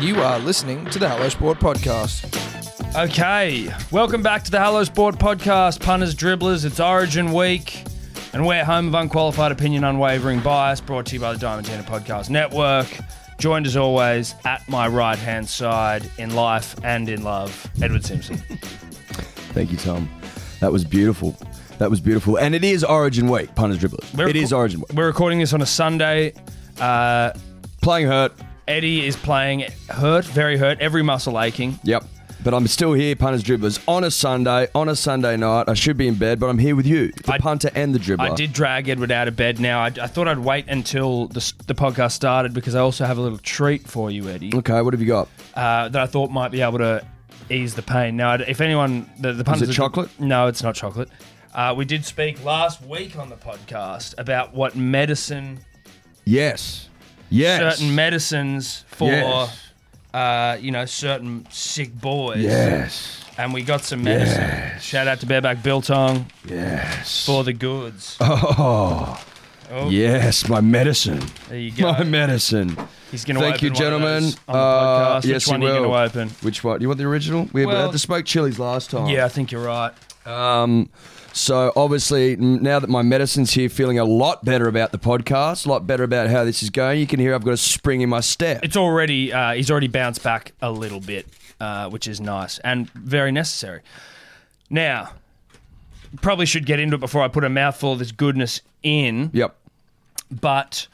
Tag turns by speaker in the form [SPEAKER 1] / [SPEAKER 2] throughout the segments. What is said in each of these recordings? [SPEAKER 1] You are listening to the Hello Sport Podcast.
[SPEAKER 2] Okay, welcome back to the Hello Sport podcast, punters, dribblers. It's Origin week, and we're home of unqualified opinion, unwavering bias. Brought to you by the Diamond Tenor Podcast Network. Joined as always at my right hand side in life and in love, Edward Simpson.
[SPEAKER 3] Thank you, Tom. That was beautiful. That was beautiful. And it is Origin Week, punters dribblers.
[SPEAKER 2] We're
[SPEAKER 3] it is
[SPEAKER 2] reco-
[SPEAKER 3] Origin Week.
[SPEAKER 2] We're recording this on a Sunday. Uh,
[SPEAKER 3] Playing hurt.
[SPEAKER 2] Eddie is playing hurt, very hurt, every muscle aching.
[SPEAKER 3] Yep. But I'm still here, punters dribblers, on a Sunday, on a Sunday night. I should be in bed, but I'm here with you, the
[SPEAKER 2] I-
[SPEAKER 3] punter and the dribbler.
[SPEAKER 2] I did drag Edward out of bed. Now I, I thought I'd wait until the, s- the podcast started because I also have a little treat for you, Eddie.
[SPEAKER 3] Okay, what have you got?
[SPEAKER 2] uh, that I thought might be able to ease the pain. Now, I'd- if anyone, the, the punters,
[SPEAKER 3] it chocolate?
[SPEAKER 2] No, it's not chocolate. Uh, we did speak last week on the podcast about what medicine,
[SPEAKER 3] Yes. Yes.
[SPEAKER 2] certain medicines for,
[SPEAKER 3] Yes.
[SPEAKER 2] uh, you know, certain sick boys.
[SPEAKER 3] Yes.
[SPEAKER 2] And we got some medicine. Shout out to Bareback Biltong
[SPEAKER 3] Yes.
[SPEAKER 2] for the goods.
[SPEAKER 3] oh.
[SPEAKER 2] Oh.
[SPEAKER 3] Yes, my medicine.
[SPEAKER 2] There you go.
[SPEAKER 3] My medicine.
[SPEAKER 2] He's going to
[SPEAKER 3] Thank
[SPEAKER 2] open
[SPEAKER 3] you,
[SPEAKER 2] one of
[SPEAKER 3] gentlemen.
[SPEAKER 2] those on the
[SPEAKER 3] Uh,
[SPEAKER 2] podcast. Which
[SPEAKER 3] yes,
[SPEAKER 2] one
[SPEAKER 3] you
[SPEAKER 2] are you
[SPEAKER 3] will.
[SPEAKER 2] going to open?
[SPEAKER 3] Which one? You want the original? We
[SPEAKER 2] Well-
[SPEAKER 3] had the smoked chilies last time.
[SPEAKER 2] Yeah, I think you're right.
[SPEAKER 3] Um, so obviously m- now that my medicine's here, feeling a lot better about the podcast, a lot better about how this is going. You can hear I've got a spring in my step.
[SPEAKER 2] it's already uh, he's already bounced back a little bit, uh, which is nice and very necessary. Now, probably should get into it before I put a mouthful of this goodness in.
[SPEAKER 3] Yep.
[SPEAKER 2] But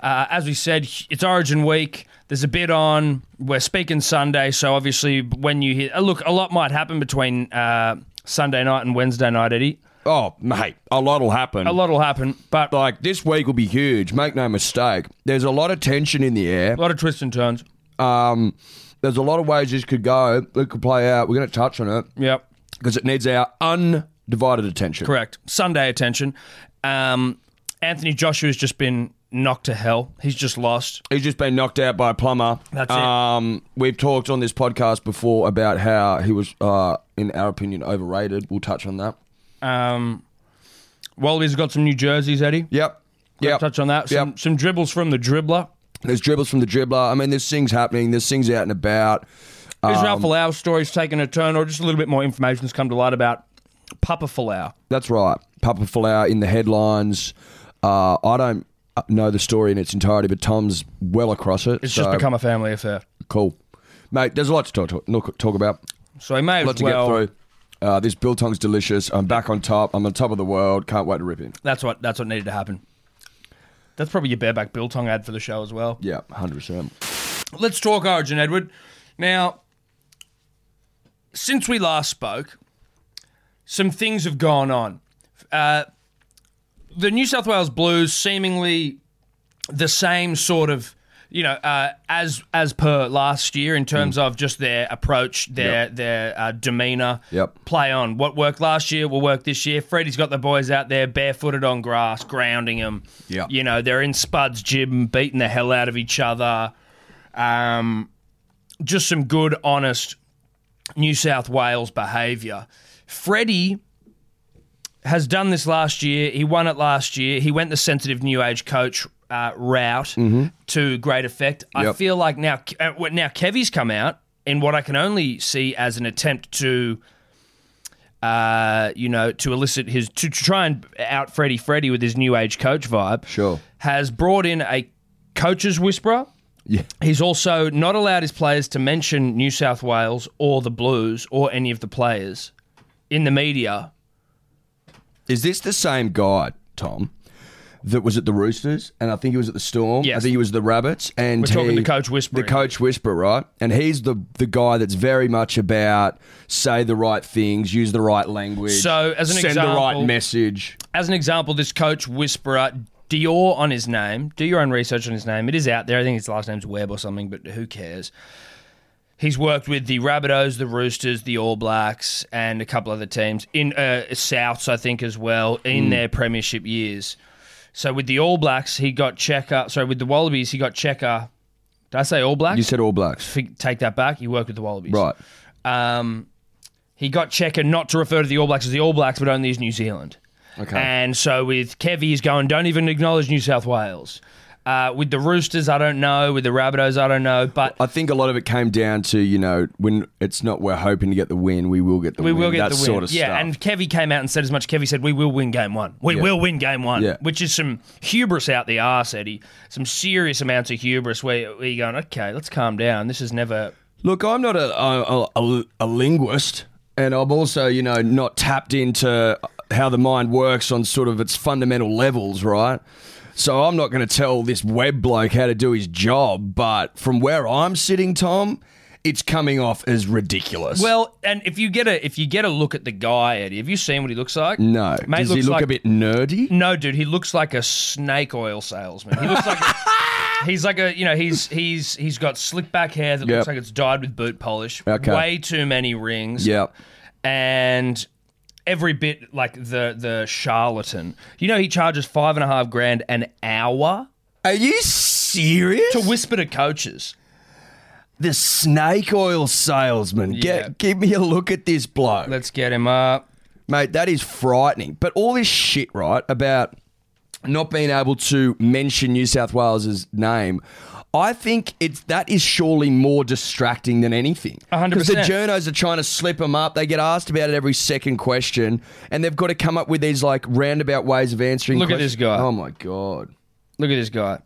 [SPEAKER 2] uh, as we said, it's Origin week. There's a bit on. We're speaking Sunday, so obviously when you hear, uh, look, a lot might happen between uh, Sunday night and Wednesday night, Eddie.
[SPEAKER 3] Oh, mate, a lot'll happen.
[SPEAKER 2] A lot will happen, but a
[SPEAKER 3] like this week will be huge. Make no mistake. There's a lot of tension in the air.
[SPEAKER 2] lot of twists and turns.
[SPEAKER 3] Um, there's a lot of ways this could go. It could play out. We're going to touch on it
[SPEAKER 2] Yep.
[SPEAKER 3] because it needs our undivided attention.
[SPEAKER 2] Correct. Sunday attention. Um, Anthony Joshua's just been knocked to hell. He's just lost.
[SPEAKER 3] He's just been knocked out by a plumber.
[SPEAKER 2] That's it.
[SPEAKER 3] um, We've talked on this podcast before about how he was, uh, in our opinion, overrated. We'll touch on that.
[SPEAKER 2] Um, Wallabies got some new jerseys, Eddie.
[SPEAKER 3] Yep.
[SPEAKER 2] Yeah,
[SPEAKER 3] Yep.
[SPEAKER 2] Touch on that. Some,
[SPEAKER 3] Yep.
[SPEAKER 2] some dribbles from the dribbler.
[SPEAKER 3] There's dribbles from the dribbler. I mean, there's things happening. There's things out and about.
[SPEAKER 2] Israel
[SPEAKER 3] Um,
[SPEAKER 2] Folau's story's taken a turn, or just a little bit more information's come to light about Papa Folau.
[SPEAKER 3] That's right. Papa Flower in the headlines. Uh, I don't know the story in its entirety, but Tom's well across it.
[SPEAKER 2] It's
[SPEAKER 3] so,
[SPEAKER 2] just become a family affair.
[SPEAKER 3] cool, mate. There's a lot to talk to, look- talk about.
[SPEAKER 2] So he may
[SPEAKER 3] A
[SPEAKER 2] as
[SPEAKER 3] lot to
[SPEAKER 2] well.
[SPEAKER 3] get through. Uh, this biltong's delicious. I'm back on top. I'm on top of the world. Can't wait to rip in.
[SPEAKER 2] That's what that's what needed to happen. That's probably your bareback biltong ad for the show as well.
[SPEAKER 3] Yeah, hundred percent.
[SPEAKER 2] Let's talk Origin, Edward. Now, since we last spoke, some things have gone on. Uh, the New South Wales Blues seemingly the same sort of, you know, uh, as as per last year in terms of just their approach, their their uh, demeanour.
[SPEAKER 3] Yep.
[SPEAKER 2] Play on. What worked last year will work this year. Freddie's got the boys out there barefooted on grass, grounding them.
[SPEAKER 3] Yep.
[SPEAKER 2] You know, they're in Spud's gym, beating the hell out of each other. Um, just some good, honest New South Wales behaviour. Freddie has done this last year. He won it last year. He went the sensitive new age coach uh, route to great effect. I
[SPEAKER 3] Yep.
[SPEAKER 2] feel like now, uh, well, now Kevy's come out in what I can only see as an attempt to, uh, you know, to elicit his to, to try and out Freddie Freddie with his new age coach vibe.
[SPEAKER 3] Sure.
[SPEAKER 2] has brought in a coach's whisperer.
[SPEAKER 3] Yeah.
[SPEAKER 2] He's also not allowed his players to mention New South Wales or the Blues or any of the players in the media
[SPEAKER 3] Is this the same guy, Tom, that was at the Roosters? And I think he was at the Storm.
[SPEAKER 2] Yes.
[SPEAKER 3] I think he was the Rabbits. And
[SPEAKER 2] We're talking
[SPEAKER 3] he-
[SPEAKER 2] the coach whisperer.
[SPEAKER 3] The coach whisperer, right? And he's the the guy that's very much about say the right things, use the right language.
[SPEAKER 2] So, as an
[SPEAKER 3] send
[SPEAKER 2] example-
[SPEAKER 3] the right message.
[SPEAKER 2] as an example, this coach whisperer Dior on his name. Do your own research on his name. It is out there. I think his last name's Webb or something, but who cares? He's worked with the Rabbitohs, the Roosters, the All Blacks, and a couple other teams in uh, Souths, I think, as well
[SPEAKER 3] Hmm.
[SPEAKER 2] in their premiership years. So with the All Blacks, he got Checker. Sorry, with the Wallabies, he got Checker. Did I say All Blacks?
[SPEAKER 3] You said All Blacks,
[SPEAKER 2] F- Take that back. He worked with the Wallabies,
[SPEAKER 3] right?
[SPEAKER 2] um, he got Checker not to refer to the All Blacks as the All Blacks, but only as New Zealand.
[SPEAKER 3] Okay.
[SPEAKER 2] And so with Kevy, he's going, don't even acknowledge New South Wales. Uh, with the Roosters, I don't know. With the Rabbitohs, I don't know. But
[SPEAKER 3] I think a lot of it came down to you know when it's not we're hoping to get the win, we will get the
[SPEAKER 2] we
[SPEAKER 3] win.
[SPEAKER 2] will get
[SPEAKER 3] that
[SPEAKER 2] the win.
[SPEAKER 3] sort of
[SPEAKER 2] yeah,
[SPEAKER 3] stuff.
[SPEAKER 2] and Kevy came out and said as much. Kevy said, "We will win game one. We
[SPEAKER 3] Yeah.
[SPEAKER 2] will win game one,"
[SPEAKER 3] Yeah.
[SPEAKER 2] which is some hubris out the arse, Eddie. Some serious amounts of hubris where, where you're going, "Okay, let's calm down. This is never."
[SPEAKER 3] Look, I'm not a, a, a, a linguist, and I'm also, you know, not tapped into how the mind works on sort of its fundamental levels, right? So I'm not going to tell this web bloke how to do his job, but from where I'm sitting, Tom, it's coming off as ridiculous.
[SPEAKER 2] Well, and if you get a if you get a look at the guy, Eddie, have you seen what he looks like?
[SPEAKER 3] no.
[SPEAKER 2] mate
[SPEAKER 3] Does he
[SPEAKER 2] looks
[SPEAKER 3] look
[SPEAKER 2] like
[SPEAKER 3] a bit nerdy?
[SPEAKER 2] No, dude, he looks like a snake oil salesman. He looks like he's like a you know he's he's he's got slick back hair that
[SPEAKER 3] Yep.
[SPEAKER 2] looks like it's dyed with boot polish.
[SPEAKER 3] Okay.
[SPEAKER 2] Way too many rings.
[SPEAKER 3] Yeah.
[SPEAKER 2] and every bit like the the charlatan. You know, he charges five and a half grand an hour
[SPEAKER 3] Are you serious?
[SPEAKER 2] to whisper to coaches.
[SPEAKER 3] the snake oil salesman.
[SPEAKER 2] Yeah.
[SPEAKER 3] Get, give me a look at this bloke.
[SPEAKER 2] Let's get him up.
[SPEAKER 3] Mate, that is frightening. But all this shit, right, about not being able to mention New South Wales's name, I think it's that is surely more distracting than anything.
[SPEAKER 2] 100%.
[SPEAKER 3] Because the journos are trying to slip them up. They get asked about it every second question, and they've got to come up with these like roundabout ways of answering.
[SPEAKER 2] Look at
[SPEAKER 3] questions.
[SPEAKER 2] this guy.
[SPEAKER 3] Oh my god.
[SPEAKER 2] Look at this guy.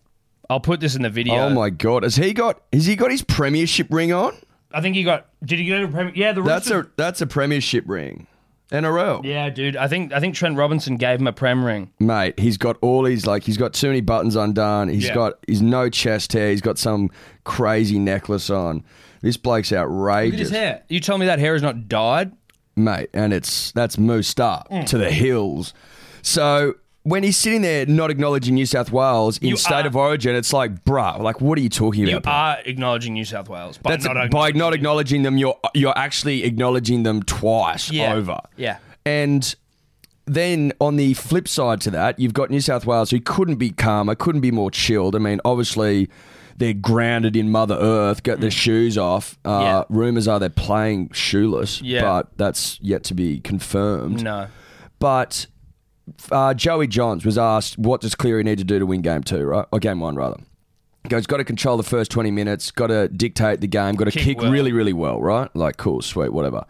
[SPEAKER 2] I'll put this in the video.
[SPEAKER 3] Oh my god. Has he got? Has he got his premiership ring on?
[SPEAKER 2] I think he got. Did he get a premier? Yeah, the
[SPEAKER 3] That's
[SPEAKER 2] Roosters-
[SPEAKER 3] a that's a premiership ring. NRL.
[SPEAKER 2] Yeah, dude. I think I think Trent Robinson gave him a prem ring.
[SPEAKER 3] mate, he's got all his like he's got too many buttons undone. He's
[SPEAKER 2] Yeah.
[SPEAKER 3] got he's no chest hair. He's got some crazy necklace on. This bloke's
[SPEAKER 2] Look at his
[SPEAKER 3] outrageous,
[SPEAKER 2] hair. You tell me that hair is not dyed?
[SPEAKER 3] mate, and it's that's moosed up
[SPEAKER 2] Mm.
[SPEAKER 3] to the hills. So when he's sitting there not acknowledging New South Wales in
[SPEAKER 2] You
[SPEAKER 3] state
[SPEAKER 2] are-
[SPEAKER 3] of origin, it's like, bruh, like what are you talking
[SPEAKER 2] You
[SPEAKER 3] about? bro?
[SPEAKER 2] are acknowledging New South Wales by
[SPEAKER 3] that's
[SPEAKER 2] not
[SPEAKER 3] by
[SPEAKER 2] acknowledging-
[SPEAKER 3] not acknowledging them, you're you're actually acknowledging them twice
[SPEAKER 2] Yeah.
[SPEAKER 3] over.
[SPEAKER 2] Yeah.
[SPEAKER 3] And then on the flip side to that, you've got New South Wales who couldn't be calmer, couldn't be more chilled. I mean, obviously they're grounded in Mother Earth, got their shoes off. Uh, Rumors are they're playing shoeless,
[SPEAKER 2] Yeah.
[SPEAKER 3] but that's yet to be confirmed.
[SPEAKER 2] No.
[SPEAKER 3] But uh, Joey Johns was asked, "What does Cleary need to do to win game two, right? Or game one, rather?" He goes, "Got to control the first twenty minutes. Got to dictate the game. Got to
[SPEAKER 2] Kick
[SPEAKER 3] kick,
[SPEAKER 2] well."
[SPEAKER 3] really, really well, right? Like, cool, sweet, whatever."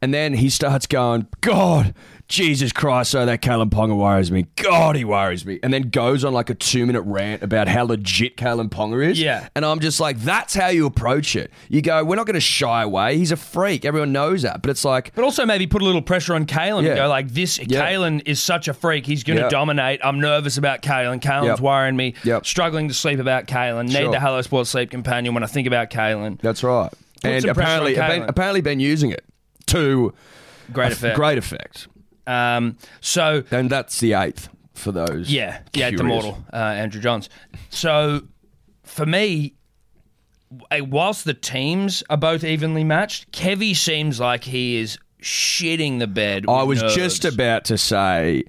[SPEAKER 3] And then he starts going, "God, Jesus Christ! So that Kalen Ponga worries me. God, he worries me." And then goes on like a two-minute rant about how legit Kalen Ponga is.
[SPEAKER 2] Yeah.
[SPEAKER 3] And I'm just like, that's how you approach it. You go, "We're not going to shy away. He's a freak. Everyone knows that." But it's like,
[SPEAKER 2] But also maybe put a little pressure on Kalen
[SPEAKER 3] Yeah.
[SPEAKER 2] and go like this.
[SPEAKER 3] Yeah.
[SPEAKER 2] Kalen is such a freak. He's going to
[SPEAKER 3] Yeah.
[SPEAKER 2] dominate. I'm nervous about Kalen. Kalen's
[SPEAKER 3] Yep.
[SPEAKER 2] worrying me.
[SPEAKER 3] Yep.
[SPEAKER 2] Struggling to sleep about Kalen.
[SPEAKER 3] Sure.
[SPEAKER 2] Need the Hello Sports sleep companion when I think about Kalen.
[SPEAKER 3] That's right. and
[SPEAKER 2] some pressure on
[SPEAKER 3] apparently,
[SPEAKER 2] Kalen.
[SPEAKER 3] been, apparently, been using it to
[SPEAKER 2] Great
[SPEAKER 3] a f-
[SPEAKER 2] effect.
[SPEAKER 3] great effect.
[SPEAKER 2] Um, so
[SPEAKER 3] And that's the eighth for those.
[SPEAKER 2] yeah, yeah, the
[SPEAKER 3] curious.
[SPEAKER 2] mortal uh, Andrew Johns. So for me, eh, whilst the teams are both evenly matched, Kevy seems like he is shitting the bed.
[SPEAKER 3] I
[SPEAKER 2] with
[SPEAKER 3] was
[SPEAKER 2] nerves.
[SPEAKER 3] just about to say,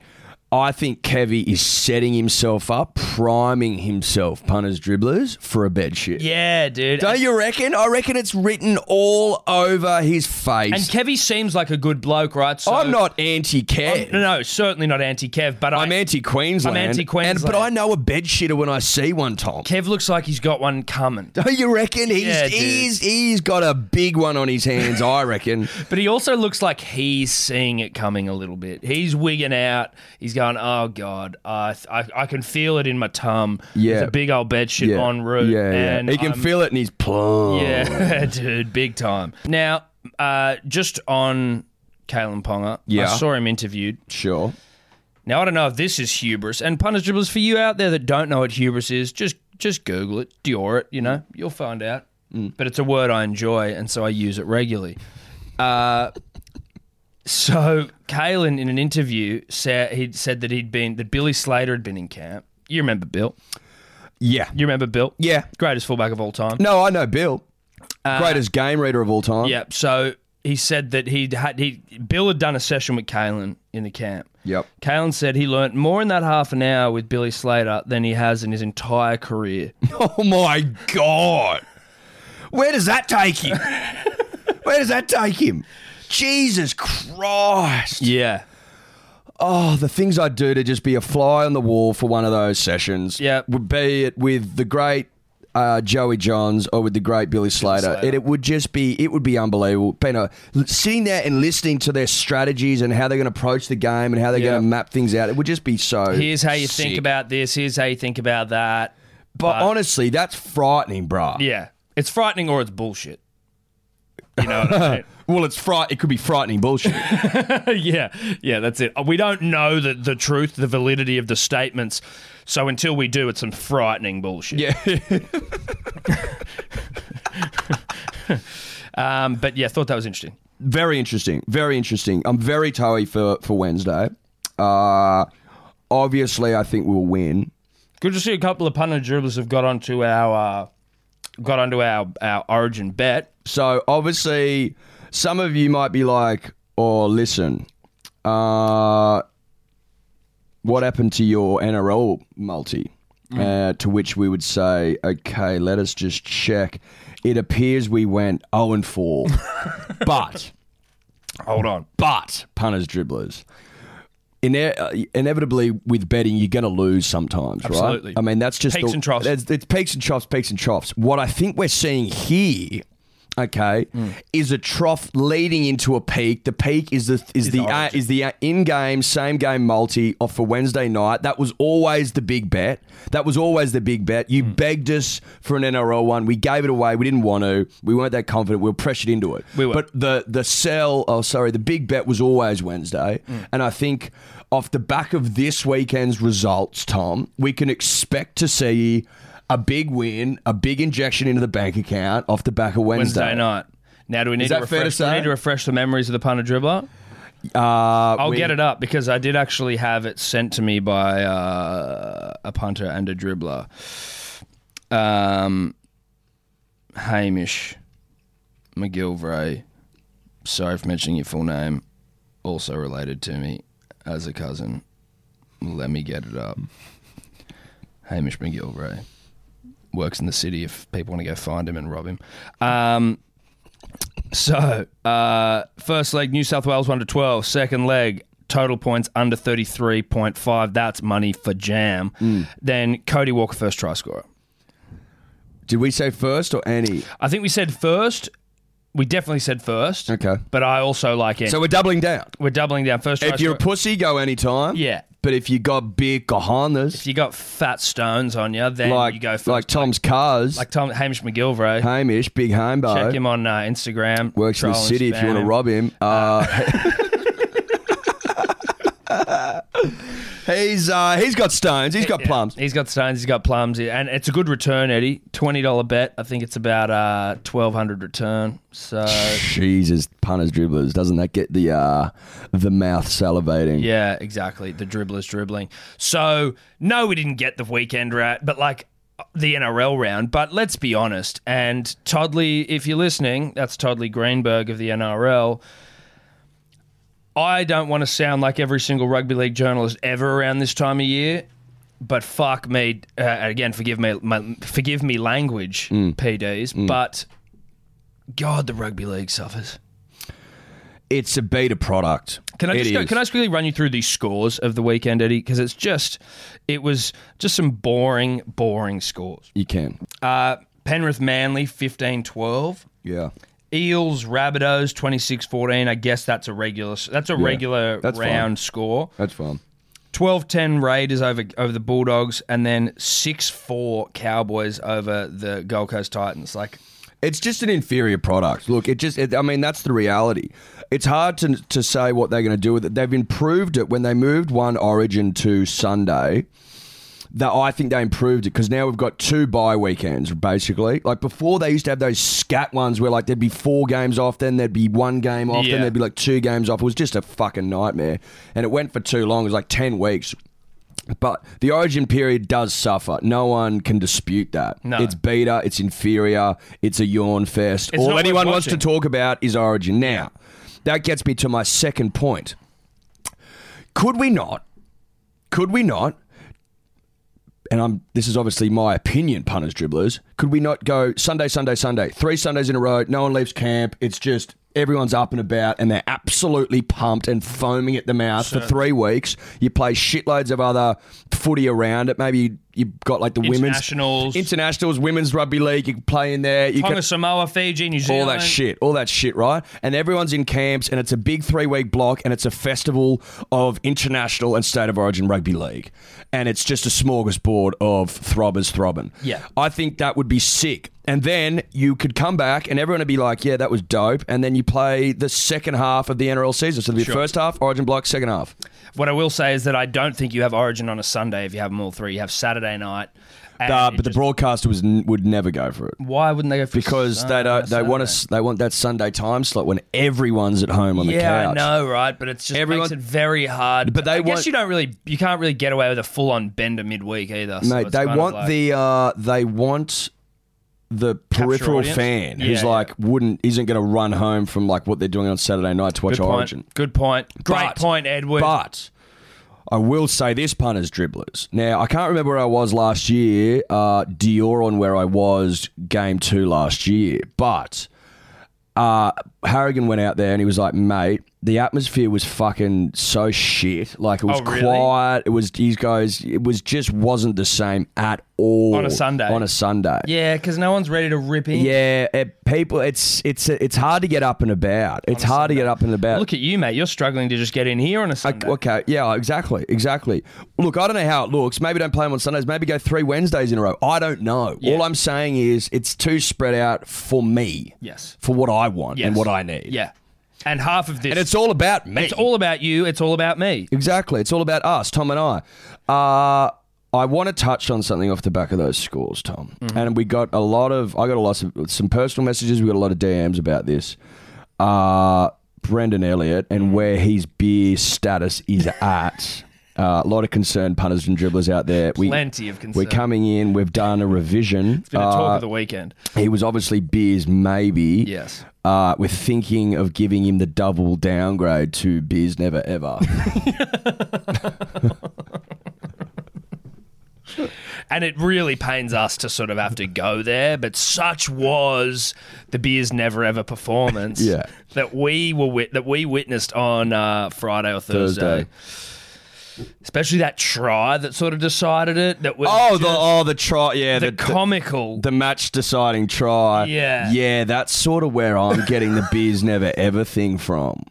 [SPEAKER 3] I think Kevy is setting himself up, priming himself, punters, dribblers, for a bed shit.
[SPEAKER 2] yeah, dude.
[SPEAKER 3] Don't you reckon? I reckon it's written all over his
[SPEAKER 2] and
[SPEAKER 3] face.
[SPEAKER 2] Kevy seems like a good bloke, right? So
[SPEAKER 3] I'm not anti-Kev.
[SPEAKER 2] No, no, certainly not anti Kev, but
[SPEAKER 3] I'm
[SPEAKER 2] I,
[SPEAKER 3] anti-Queensland.
[SPEAKER 2] I'm anti-Queensland.
[SPEAKER 3] and- But I know a bed shitter when I see one, Tom.
[SPEAKER 2] Kev looks like he's got one coming.
[SPEAKER 3] Don't you reckon? He's,
[SPEAKER 2] Yeah, dude.
[SPEAKER 3] he's, he's got a big one on his hands, I reckon.
[SPEAKER 2] But he also looks like he's seeing it coming a little bit. He's wigging out. He's going, oh, God, I I, I can feel it in my tum. There's
[SPEAKER 3] Yeah.
[SPEAKER 2] a big old bed shit
[SPEAKER 3] Yeah.
[SPEAKER 2] en route.
[SPEAKER 3] Yeah, yeah.
[SPEAKER 2] And
[SPEAKER 3] He can
[SPEAKER 2] I'm-
[SPEAKER 3] feel Oh. it in his plum.
[SPEAKER 2] Yeah, dude, big time. Now, uh, just on Kalen Ponga,
[SPEAKER 3] Yeah.
[SPEAKER 2] I saw him interviewed.
[SPEAKER 3] Sure.
[SPEAKER 2] Now I don't know if this is hubris, and punters dribblers for you out there that don't know what hubris is, just just Google it, Dior it, you know, you'll find out.
[SPEAKER 3] Mm.
[SPEAKER 2] But it's a word I enjoy, and so I use it regularly. Uh, so Kalen in an interview said he'd said that he'd been that Billy Slater had been in camp. You remember Bill?
[SPEAKER 3] Yeah.
[SPEAKER 2] You remember Bill?
[SPEAKER 3] Yeah.
[SPEAKER 2] greatest fullback of all time.
[SPEAKER 3] No, I know Bill. Greatest game reader of all time.
[SPEAKER 2] Uh, Yeah. So he said that he had he Bill had done a session with Kalen in the camp.
[SPEAKER 3] Yep.
[SPEAKER 2] Kalen said he learnt more in that half an hour with Billy Slater than he has in his entire career.
[SPEAKER 3] Oh my god. Where does that take him? Where does that take him? Jesus Christ.
[SPEAKER 2] Yeah.
[SPEAKER 3] oh, the things I'd do to just be a fly on the wall for one of those sessions.
[SPEAKER 2] Yep.
[SPEAKER 3] Would be it with the great uh, Joey Johns or with the great Billy Slater.
[SPEAKER 2] Slater.
[SPEAKER 3] And it would just be, it would be unbelievable. Been a, sitting there and listening to their strategies and how they're going to approach the game and how they're
[SPEAKER 2] Yeah.
[SPEAKER 3] going to map things out. It would just be so.
[SPEAKER 2] Here's how you
[SPEAKER 3] sick.
[SPEAKER 2] think about this. Here's how you think about that.
[SPEAKER 3] But honestly, that's frightening, bruh.
[SPEAKER 2] Yeah, it's frightening or it's bullshit. You know what I mean?
[SPEAKER 3] Well, it's fright. It could be frightening bullshit.
[SPEAKER 2] yeah, yeah, that's it. We don't know the, the truth, the validity of the statements. So until we do, it's some frightening bullshit.
[SPEAKER 3] yeah.
[SPEAKER 2] Um, but yeah, thought that was interesting.
[SPEAKER 3] very interesting. Very interesting. I'm very toey for for Wednesday. Uh, obviously, I think we'll win.
[SPEAKER 2] Good to see a couple of punter dribblers have got onto our uh, got onto our our origin bet.
[SPEAKER 3] So obviously, some of you might be like, "Or listen, uh, what happened to your NRL multi?" Uh, to which we would say, "Okay, let us just check." It appears we went zero and four, but.
[SPEAKER 2] Hold on.
[SPEAKER 3] but punters, dribblers. Ine- uh, inevitably, with betting, you're going to lose sometimes,
[SPEAKER 2] Absolutely.
[SPEAKER 3] right? I mean, that's just
[SPEAKER 2] Peaks
[SPEAKER 3] the-
[SPEAKER 2] and troughs.
[SPEAKER 3] that's- It's, peaks and troughs, peaks and troughs. What I think we're seeing here, okay,
[SPEAKER 2] Mm.
[SPEAKER 3] is a trough leading into a peak. The peak is the is, the uh, is the uh, in-game same game multi off for Wednesday night. That was always the big bet. That was always the big bet.
[SPEAKER 2] Mm.
[SPEAKER 3] You begged us for an NRL one. We gave it away. We didn't want to. We weren't that confident. We were pressured into it.
[SPEAKER 2] We were.
[SPEAKER 3] But the the sell oh sorry the big bet was always Wednesday
[SPEAKER 2] Mm.
[SPEAKER 3] and I think off the back of this weekend's results Tom we can expect to see a big win a big injection into the bank account off the back of Wednesday,
[SPEAKER 2] Wednesday night. Now do we need
[SPEAKER 3] Is
[SPEAKER 2] to
[SPEAKER 3] that fair to
[SPEAKER 2] refresh? do
[SPEAKER 3] say?
[SPEAKER 2] we need to refresh the memories of the punter dribbler.
[SPEAKER 3] uh,
[SPEAKER 2] I'll get it up because I did actually have it sent to me by uh, a punter and a dribbler. Um, Hamish McGilvray. Sorry for mentioning your full name. Also related to me as a cousin. Let me get it up. Hamish McGilvray works in the city. If people want to go find him and rob him. Um, so, uh, first leg, New South Wales 1 to 12. Second leg, total points under 33.5. That's money for jam.
[SPEAKER 3] Hmm.
[SPEAKER 2] Then Cody Walker, first try scorer.
[SPEAKER 3] did we say first or Annie
[SPEAKER 2] I think we said first. We definitely said first.
[SPEAKER 3] okay
[SPEAKER 2] But I also like it.
[SPEAKER 3] so we're doubling down
[SPEAKER 2] we're doubling down. First try
[SPEAKER 3] if you're a
[SPEAKER 2] scorer.
[SPEAKER 3] pussy go anytime
[SPEAKER 2] yeah.
[SPEAKER 3] but if you got big cojones
[SPEAKER 2] If you got fat stones on you, then
[SPEAKER 3] like
[SPEAKER 2] you go first.
[SPEAKER 3] like Tom's cars
[SPEAKER 2] Like Tom Hamish McGilvray.
[SPEAKER 3] Hamish big Hambo
[SPEAKER 2] Check him on uh, Instagram.
[SPEAKER 3] works in the
[SPEAKER 2] Troll and
[SPEAKER 3] city if you
[SPEAKER 2] spam
[SPEAKER 3] want to
[SPEAKER 2] him.
[SPEAKER 3] rob him. Uh, Uh, he's uh, he's got stones. He's got
[SPEAKER 2] Yeah.
[SPEAKER 3] plums.
[SPEAKER 2] He's got stones. He's got plums, and it's a good return, Eddie. Twenty dollar bet. I think it's about uh twelve hundred return. So
[SPEAKER 3] Jesus, punters, dribblers. Doesn't that get the uh, the mouth salivating?
[SPEAKER 2] yeah, exactly. The dribbler's dribbling. So no, we didn't get the weekend rat, but like the NRL round. But let's be honest. And Toddley, if you're listening, that's Toddley Greenberg of the NRL. I don't want to sound like every single rugby league journalist ever around this time of year, but fuck me. Uh, again, forgive me, my, forgive me, language, PDs. But God, the rugby league suffers.
[SPEAKER 3] It's a beta product.
[SPEAKER 2] Can I
[SPEAKER 3] It
[SPEAKER 2] just go,
[SPEAKER 3] is.
[SPEAKER 2] can I just quickly run you through the scores of the weekend, Eddie? Because it's just it was just some boring, boring scores.
[SPEAKER 3] You can.
[SPEAKER 2] Uh, Penrith Manly 15-12.
[SPEAKER 3] Yeah.
[SPEAKER 2] Eels Rabbitohs 26-14. I guess that's a regular that's a regular
[SPEAKER 3] that's fine.
[SPEAKER 2] round score.
[SPEAKER 3] That's fun.
[SPEAKER 2] 12-10 Raiders over over the Bulldogs and then 6-4 Cowboys over the Gold Coast Titans. Like
[SPEAKER 3] It's just an inferior product. Look, it just, it, I mean, that's the reality. It's hard to, to say what they're going to do with it. They've improved it when they moved one origin to Sunday. That I think they improved it because now we've got two bye weekends basically. Like before, they used to have those scat ones where like there'd be four games off, then there'd be one game off,
[SPEAKER 2] Yeah.
[SPEAKER 3] then there'd be like two games off. It was just a fucking nightmare, and it went for too long. It was like ten weeks. But the origin period does suffer. No one can dispute that.
[SPEAKER 2] No.
[SPEAKER 3] It's beta, it's inferior, it's a yawn fest.
[SPEAKER 2] It's not
[SPEAKER 3] All
[SPEAKER 2] worth
[SPEAKER 3] anyone wants to
[SPEAKER 2] watching.
[SPEAKER 3] talk about is origin. Now, that gets me to my second point. Could we not? Could we not? And I'm this is obviously my opinion, punters dribblers. Could we not go Sunday, Sunday, Sunday, three Sundays in a row, no one leaves camp, it's just Everyone's up and about and they're absolutely pumped and foaming at the mouth for three weeks. You play shitloads of other footy around it. Maybe you've got like the
[SPEAKER 2] Internationals.
[SPEAKER 3] women's internationals, women's rugby league. You can play in there. You
[SPEAKER 2] Tonga,
[SPEAKER 3] can,
[SPEAKER 2] Samoa, Fiji, New
[SPEAKER 3] all
[SPEAKER 2] Zealand.
[SPEAKER 3] that shit, all that shit, right? And everyone's in camps, and it's a big three week block, and it's a festival of international and state of origin rugby league, and it's just a smorgasbord of throbbers throbbing.
[SPEAKER 2] Yeah.
[SPEAKER 3] I think that would be sick. And then you could come back, and everyone would be like, "Yeah, that was dope." And then you play the second half of the NRL season, so the first half Origin block, second half.
[SPEAKER 2] What I will say is that I don't think you have Origin on a Sunday if you have them all three. You have Saturday night. and
[SPEAKER 3] Uh,
[SPEAKER 2] it
[SPEAKER 3] but the
[SPEAKER 2] just-
[SPEAKER 3] broadcaster was n- would never go for it.
[SPEAKER 2] why wouldn't they go for uh,
[SPEAKER 3] Because
[SPEAKER 2] Sun-
[SPEAKER 3] they don't, they want
[SPEAKER 2] Sunday?
[SPEAKER 3] us they want that Sunday time slot when everyone's at home on the
[SPEAKER 2] Yeah,
[SPEAKER 3] couch.
[SPEAKER 2] I know, right? But it's just
[SPEAKER 3] Everyone-
[SPEAKER 2] makes it very hard.
[SPEAKER 3] But they
[SPEAKER 2] I guess
[SPEAKER 3] want-
[SPEAKER 2] you don't really, you can't really get away with a full-on bender midweek either. so
[SPEAKER 3] Mate,
[SPEAKER 2] it's
[SPEAKER 3] they
[SPEAKER 2] kind of
[SPEAKER 3] want
[SPEAKER 2] like-
[SPEAKER 3] the uh, they want the peripheral
[SPEAKER 2] audience?
[SPEAKER 3] fan
[SPEAKER 2] Yeah,
[SPEAKER 3] who's
[SPEAKER 2] yeah.
[SPEAKER 3] like wouldn't isn't going to run home from like what they're doing on Saturday night to watch
[SPEAKER 2] good
[SPEAKER 3] Origin.
[SPEAKER 2] point. Good point. Great
[SPEAKER 3] But-
[SPEAKER 2] point, Edward.
[SPEAKER 3] But I will say this punters dribblers. Now I can't remember where I was last year. Uh, Dior on where I was game two last year, but uh, Harrigan went out there and he was like, mate, the atmosphere was fucking so shit. Like it was
[SPEAKER 2] Oh, really?
[SPEAKER 3] quiet. It was these guys. It was just wasn't the same at all
[SPEAKER 2] On a Sunday.
[SPEAKER 3] On a Sunday.
[SPEAKER 2] yeah, because no one's ready to rip in.
[SPEAKER 3] Yeah, it, people. It's it's it's hard to get up and about. It's hard to get up and about.
[SPEAKER 2] Look at you, mate. You're struggling to just get in here on a Sunday.
[SPEAKER 3] Okay, yeah, exactly, exactly. Look, I don't know how it looks. Maybe don't play them on Sundays. Maybe go three Wednesdays in a row. I don't know. All I'm saying is it's too spread out for me.
[SPEAKER 2] Yes.
[SPEAKER 3] For what I want
[SPEAKER 2] Yes.
[SPEAKER 3] and what I need.
[SPEAKER 2] Yeah. And half of this,
[SPEAKER 3] And it's all about me.
[SPEAKER 2] it's all about you. It's all about me.
[SPEAKER 3] Exactly. It's all about us, Tom and I. Uh, I want to touch on something off the back of those scores, Tom.
[SPEAKER 2] Mm-hmm.
[SPEAKER 3] And we got a lot of, I got a lot of, some personal messages. We got a lot of DMs about this. Uh, Brendan Elliott
[SPEAKER 2] Mm-hmm.
[SPEAKER 3] and where his beer status is at. Uh, a lot of concerned punters and dribblers out there. We,
[SPEAKER 2] Plenty of concern.
[SPEAKER 3] We're coming in. We've done a revision.
[SPEAKER 2] Been a talk
[SPEAKER 3] Uh,
[SPEAKER 2] of the weekend.
[SPEAKER 3] he was obviously beers, maybe.
[SPEAKER 2] Yes.
[SPEAKER 3] Uh, we're thinking of giving him the double downgrade to beers, never ever.
[SPEAKER 2] And it really pains us to sort of have to go there, but such was the beer's never ever performance
[SPEAKER 3] Yeah.
[SPEAKER 2] that we were wit- that we witnessed on uh, Friday or Thursday.
[SPEAKER 3] Thursday.
[SPEAKER 2] Especially that try that sort of decided it. That was
[SPEAKER 3] Oh, the
[SPEAKER 2] just
[SPEAKER 3] oh the try, yeah, the,
[SPEAKER 2] the comical.
[SPEAKER 3] the match deciding try.
[SPEAKER 2] Yeah.
[SPEAKER 3] yeah, that's sort of where I'm getting the beers never ever thing from.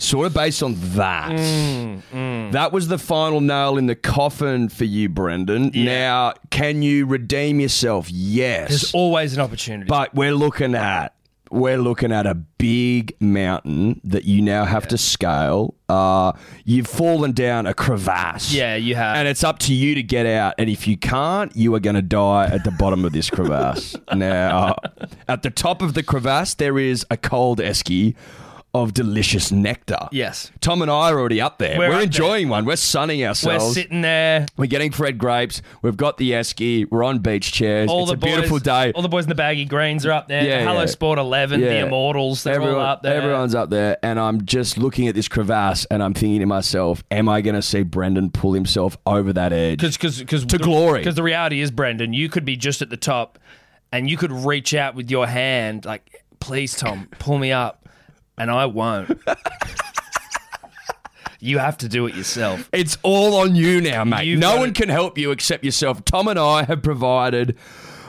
[SPEAKER 3] Sort of based on that. Mm, That was the final nail in the coffin for you, Brendan. Now, can you redeem yourself?
[SPEAKER 2] There's
[SPEAKER 3] Yes,
[SPEAKER 2] always an opportunity.
[SPEAKER 3] but we're looking at we're looking at a big mountain that you now have to scale. Uh, you've fallen down a crevasse.
[SPEAKER 2] yeah, you have.
[SPEAKER 3] And it's up to you to get out. And if you can't, you are going to die at the bottom of this crevasse. now, at the top of the crevasse, there is a cold esky of delicious nectar.
[SPEAKER 2] yes.
[SPEAKER 3] Tom and I are already up there.
[SPEAKER 2] We're
[SPEAKER 3] We're,
[SPEAKER 2] up
[SPEAKER 3] enjoying one. We're sunning
[SPEAKER 2] We're
[SPEAKER 3] ourselves. We're,
[SPEAKER 2] sitting there.
[SPEAKER 3] getting Fred grapes. We've got the esky. We're on beach chairs.
[SPEAKER 2] All
[SPEAKER 3] it's
[SPEAKER 2] the
[SPEAKER 3] a
[SPEAKER 2] boys,
[SPEAKER 3] beautiful day.
[SPEAKER 2] All the boys in the baggy greens are up there.
[SPEAKER 3] Yeah,
[SPEAKER 2] Hello
[SPEAKER 3] yeah.
[SPEAKER 2] Sport 11, the
[SPEAKER 3] Yeah.
[SPEAKER 2] Immortals, they're
[SPEAKER 3] Everyone-
[SPEAKER 2] all up there.
[SPEAKER 3] Everyone's up there, and I'm just looking at this crevasse, and I'm thinking to myself, "Am I going to see Brendan pull himself over that edge?"
[SPEAKER 2] because because
[SPEAKER 3] To glory.
[SPEAKER 2] Because the reality is, Brendan, you could be just at the top, and you could reach out with your hand like, "Please, Tom, pull me up," and I won't. you have to do it yourself.
[SPEAKER 3] It's all on you now, mate.
[SPEAKER 2] You've
[SPEAKER 3] no
[SPEAKER 2] got
[SPEAKER 3] one
[SPEAKER 2] it.
[SPEAKER 3] can help you except yourself. Tom and I have provided